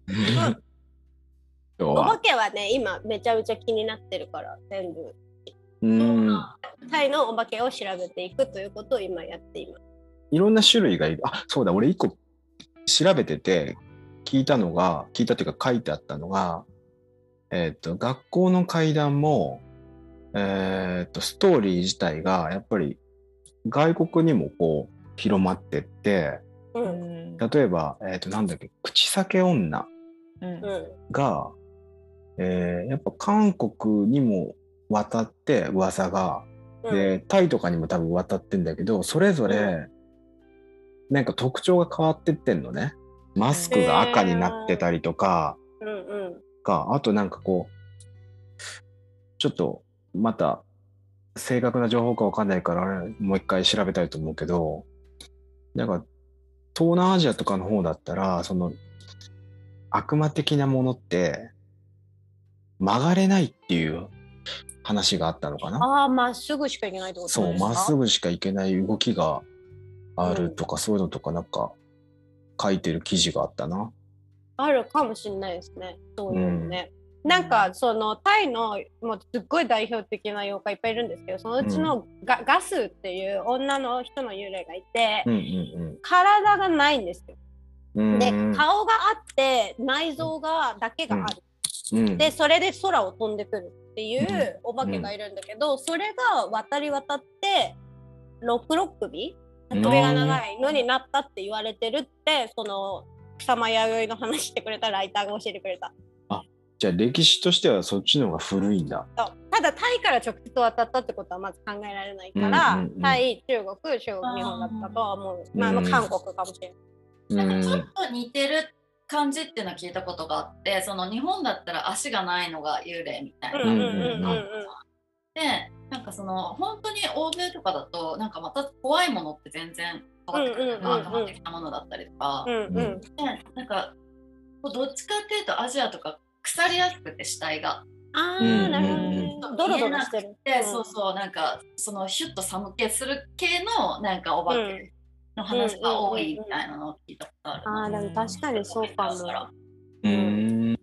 A: 今日
D: お化
A: は
D: けはね今めちゃめちゃ気になってるから全部
A: うん
D: タイのお化けを調べていくということを今やっています。
A: いろんな種類がいる。あそうだ、俺一個調べてて、聞いたのが、聞いたというか書いてあったのが、えっ、と、学校の階段も、えっ、と、ストーリー自体が、やっぱり外国にもこう、広まってって、
D: うんうん
B: ん
A: 例えば、えっ、と、なんだっけ、口裂け女
B: うん
A: が、えーやっぱ韓国にも渡って噂が
D: うん
A: でタイとかにも多分渡ってんだけどそれぞれなんか特徴が変わってってんのねマスクが赤になってたりとか
D: うんうん
A: かあとなんかこうちょっとまた正確な情報かわかんないからあれもう一回調べたいと思うけどなんか東南アジアとかの方だったらその悪魔的なものって曲がれないっていう話があったのかな。
D: ああまっすぐしかいけないってこと
A: そ
D: で
A: う、
D: すか
A: まっすぐしか行けない動きがあるとか、そういうのとか、なんか、書いてる記事があったな。
D: あるかもしれないですね。そういうのね。なんかそのタイのもうすっごい代表的な妖怪いっぱいいるんですけどそのうちのガ,、ガスっていう女の人の幽霊がいて、
A: うんうん
D: 体がないんですよ。
A: うん。
D: で
A: うんうん
D: 顔があって内臓がだけがある。
A: うん、
D: でそれで空を飛んでくる。っていうお化けがいるんだけど、それが渡り渡って六六首
A: うん
D: 上が長いのになったって言われてるってその草間弥生の話してくれたライターが教えてくれた
A: じゃあ歴史としてはそっちの方が古いんだ。
D: そうただタイから直接渡ったってことはまず考えられないから、
A: うんうんうん
D: タイ中国中国日本だったとは思うまあ、まあ
A: うん
D: 韓国かもしれない。
C: なんかちょ
A: う
C: っと似てる感じっていうのは聞いたことがあってその日本だったら足がないのが幽霊みたいな。
D: うんうんうんうん
A: う
C: でなんかその本当に欧米とかだとなんかまた怖いものって全然変わってくる
D: うんうんうんうん
C: 変わってきたものだったりとか、
D: うんうん
C: でなんかこうどっちかっていうとアジアとか腐りやすくて死体が。
D: あ
A: うんうんう
D: ー
A: ん
D: なるほどねドロドロしてる。
C: で、
D: うん
C: そうそうなんかそのヒュッと寒気する系のなんかお化けの話が多いみたいなのを聞いたことある。
D: ああでも確かにそうかも。
A: ーん。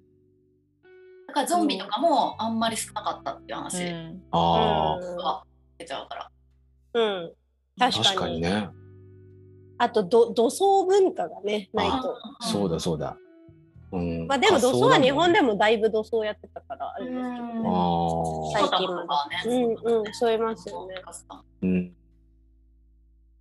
C: だからゾンビとかもあんまり少なかったっていう話
B: うん
A: ああ、
C: が出ちゃうから。
D: うん、
C: うん
D: 確
A: 確
D: か
A: か
D: に
A: にね。
D: あとど土葬文化がねないと。
A: そうだそうだ。うん。
D: まあでも土葬は日本
A: で。
D: でもだいぶ土葬やってたからあ
C: う
D: れ
C: ん。
D: ですけど。
A: あー
D: 最
C: 最
D: 近
C: 近
D: ま
C: ま
D: で
C: だね。
D: うんうん、そういますよね。
A: うん。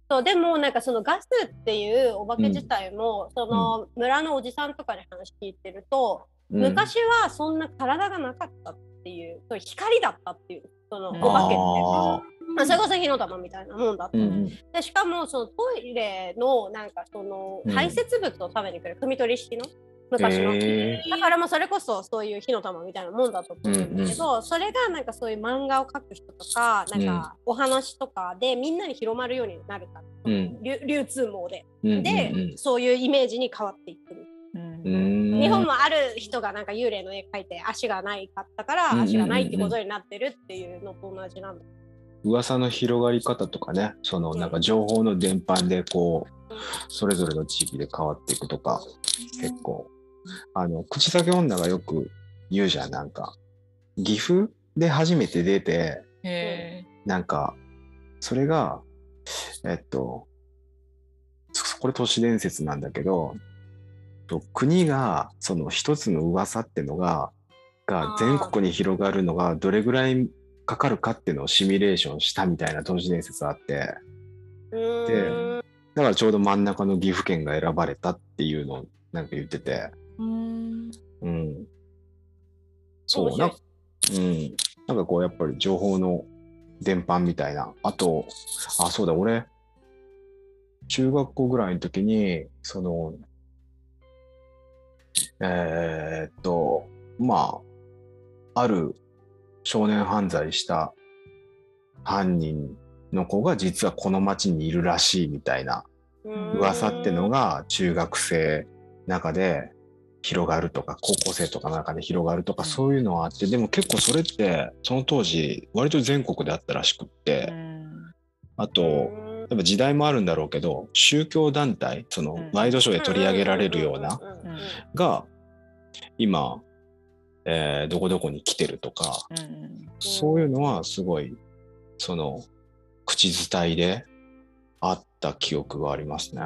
D: そうでもなんかそのガスっていうお化け自体も、その村のおじさんとかに話聞いてると、
A: うん、
D: 昔はそんな体がなかったっていうそういう光だったっていうそのお
B: うん
D: 化けって。
A: あ
D: まあ、それこそ火の玉みたいなもんだった
A: ーうん
D: でしかもそのトイレのなんかその
A: うん
D: 排泄物を食べに来る、汲み取り式の
A: うん。
D: 昔の、
A: え
D: だからもうそれこそそういう火の玉みたいなもんだと思うんだけど、それがなんかそういう漫画を描く人とかなんかお話とかでみんなに広まるようになるから、
A: ーうん
D: 流流通網で
A: うん。
D: で、そういうイメージに変わっていく、
A: うんうんうん、
D: 日本もある人がなんか幽霊の絵描いて足がないかったか
A: う
D: ら、
A: んうんうんうん
D: 足がないってことになってるっていうのと同じなんだ
A: 噂の広がり方とかね、そのなんか情報の伝播でこう、それぞれの地域で変わっていくとか、結構、あの、口裂け女がよく言うじゃん、なんか、岐阜で初めて出て、
B: へ
A: なんか、それが、えっと、これ都市伝説なんだけど、と国が、その一つの噂ってのが、が
D: あー
A: 全国に広がるのがどれぐらいかかるかっていうのをシミュレーションしたみたいな都市伝説あって、
D: うーん
A: だからちょうど真ん中の岐阜県が選ばれたっていうのをなんか言ってて、
B: うん
A: うん。そう、な
D: 面白い
A: んかうん、なんかこうやっぱり情報の伝播みたいなあとあそうだ俺中学校ぐらいの時にそのえーっとまあある少年犯罪した犯人の子が実はこの町にいるらしいみたいな
D: うん
A: 噂ってのが中学生中で広がるとか高校生とかの中で広がるとか
B: うん
A: そういうのはあってでも結構それってその当時割と全国であったらしくっ
B: う
A: て
B: ん
A: あ
D: う
A: と
D: ん
A: やっぱ時代もあるんだろうけど宗教団体その
B: うん
A: ワイドショーで取り上げられるような
D: うんうんうんうん
A: が今、えーどこどこに来てるとか
B: うん
A: そういうのはすごいその口伝いであった記憶がありますね。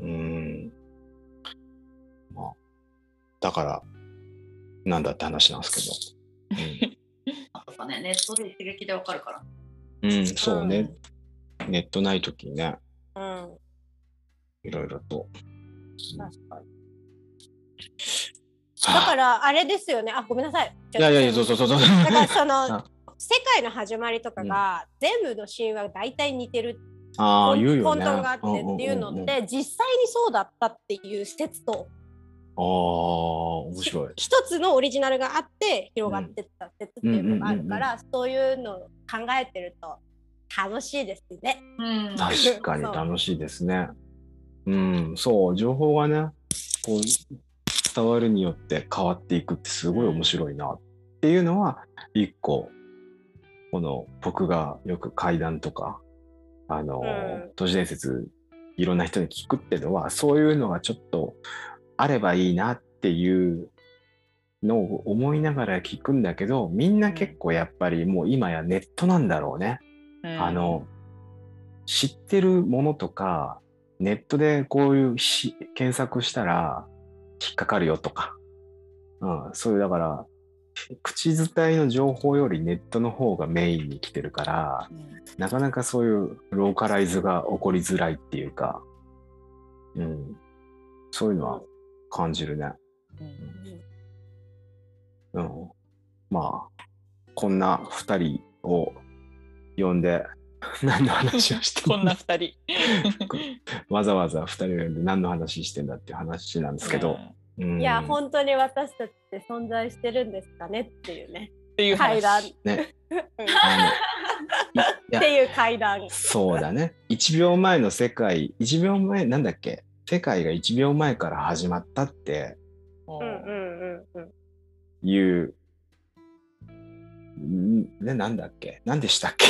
A: うーん。まあ、だから、なんだって話なんですけど。
C: あとかね、ネットで一撃でわかるから。
A: うん、 うんそうね。ネットない時にね、
D: うん
A: いろいろと。
D: 確かに
A: は
D: だ
A: あ
D: からあれですよねあごめんなさい
A: いやいやいや、そうそうそうそう。
D: だからその
A: あ
D: 世界の始まりとかが、全部の神話が大体似てる
A: ああ、言うよ
D: 混沌
A: ね。
D: があってっていうの
A: んん
D: っ
A: んあ
D: て実際にそうだったっていう説と
A: あ、面白い。
D: 一つのオリジナルがあって広がってった説っていうのがあるから、そういうのを考えてると楽しいですね。
C: うん
A: 確かに
D: そう
A: 楽しいですね。うん、そう、情報がね、こう伝わるによって変わっていくってすごい面白いなっていうのは、一個、この僕がよく怪談とか、あの、
D: うん
A: 都市伝説、いろんな人に聞くってのは、そういうのがちょっとあればいいなっていうのを思いながら聞くんだけど、みんな結構やっぱりもう今やネットなんだろうね。
B: うん
A: あの知ってるものとかネットでこういうし検索したら引っかかるよとか、うん、そういうだから口伝いの情報よりネットの方がメインに来てるからなかなかそういうローカライズが起こりづらいっていうか、うん、そういうのは感じるね。うん、まあこんな2人を呼んで何の話をして
B: こんな
A: る
B: 二人。
A: わざわざ2人を呼んで何の話してんだっていう話なんですけど。うん
D: いや、本当に私たちって存在してるんですかねっていうね。
B: っていう
D: 階
B: 話。
D: 段。
A: ね
D: うんっ
A: あのいいや
D: ていう階段。
A: そうだね。1秒前の世界、1秒前、なんだっけ世界が1秒前から始まったって
B: お
D: う
B: ー
D: んうんうんうん。
A: いう、んね、なんだっけなんでしたっけ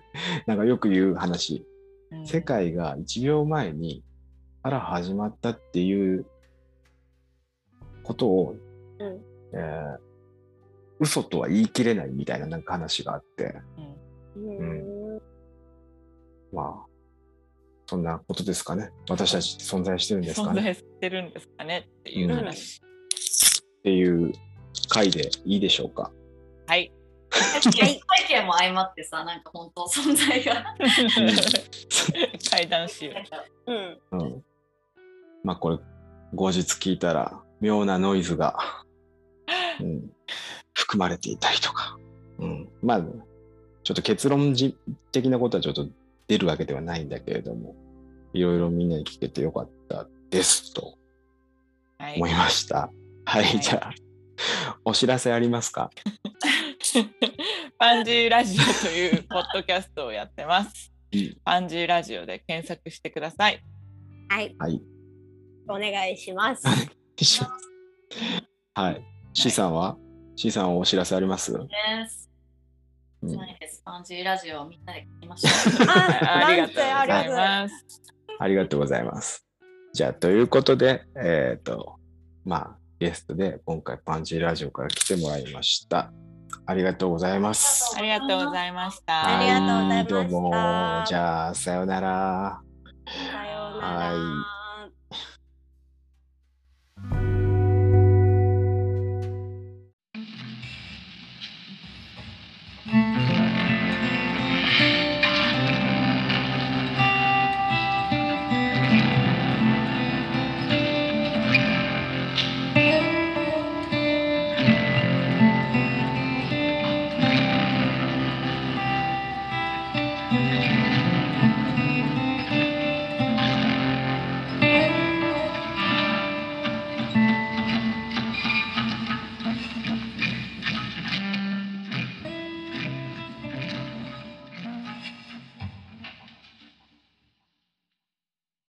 A: なんかよく言う話。
B: うん
A: 世界が1秒前にから始まったっていうことを、
D: うん
A: えー嘘とは言い切れないみたいななんか話があって、
D: うん
A: まあ、そんなことですかね。私たちって存在してるんですか
B: 存
A: ね。
B: 在してるんですかねっていう話。
A: っていう回でいいでしょうか。
B: はい。
C: 体験も相まってさなんか本当存在 が
B: 階段集。
C: なんか
D: うん
A: うん。まあこれ、後日聞いたら、妙なノイズ が、うん、含まれていたりとか。うん。まあ、ちょっと結論じ的なことはちょっと出るわけではないんだけれども、いろいろみんなに聞けてよかったですと
B: はい
A: 思いました。はい、
B: はい
A: じゃあ、お知らせありますか
B: パンジーラジオというポッドキャストをやってます
A: うん。
B: パンジーラジオで検索してください。
D: はい、
A: はい。
D: お願い します。
A: しますはい。C さんは ?C さんはお知らせあります、
C: です。
A: うん
C: ないです。パンジーラジオをみんなで聞きましょう。
D: あ
B: ありがとう
D: なん
B: ご
D: て
B: ざ
D: ありがと
B: いう
D: ございます。
B: ます。
A: ありがとうございます。じゃあ、ということで、えっ、と、まあ、ゲストで今回パンチラジオから来てもらいました。ありがとうございます。
B: ありがとうございました。
D: ありがとうございました
A: はどうも、じゃあ、さようなら。
D: さような
A: はい
D: ら。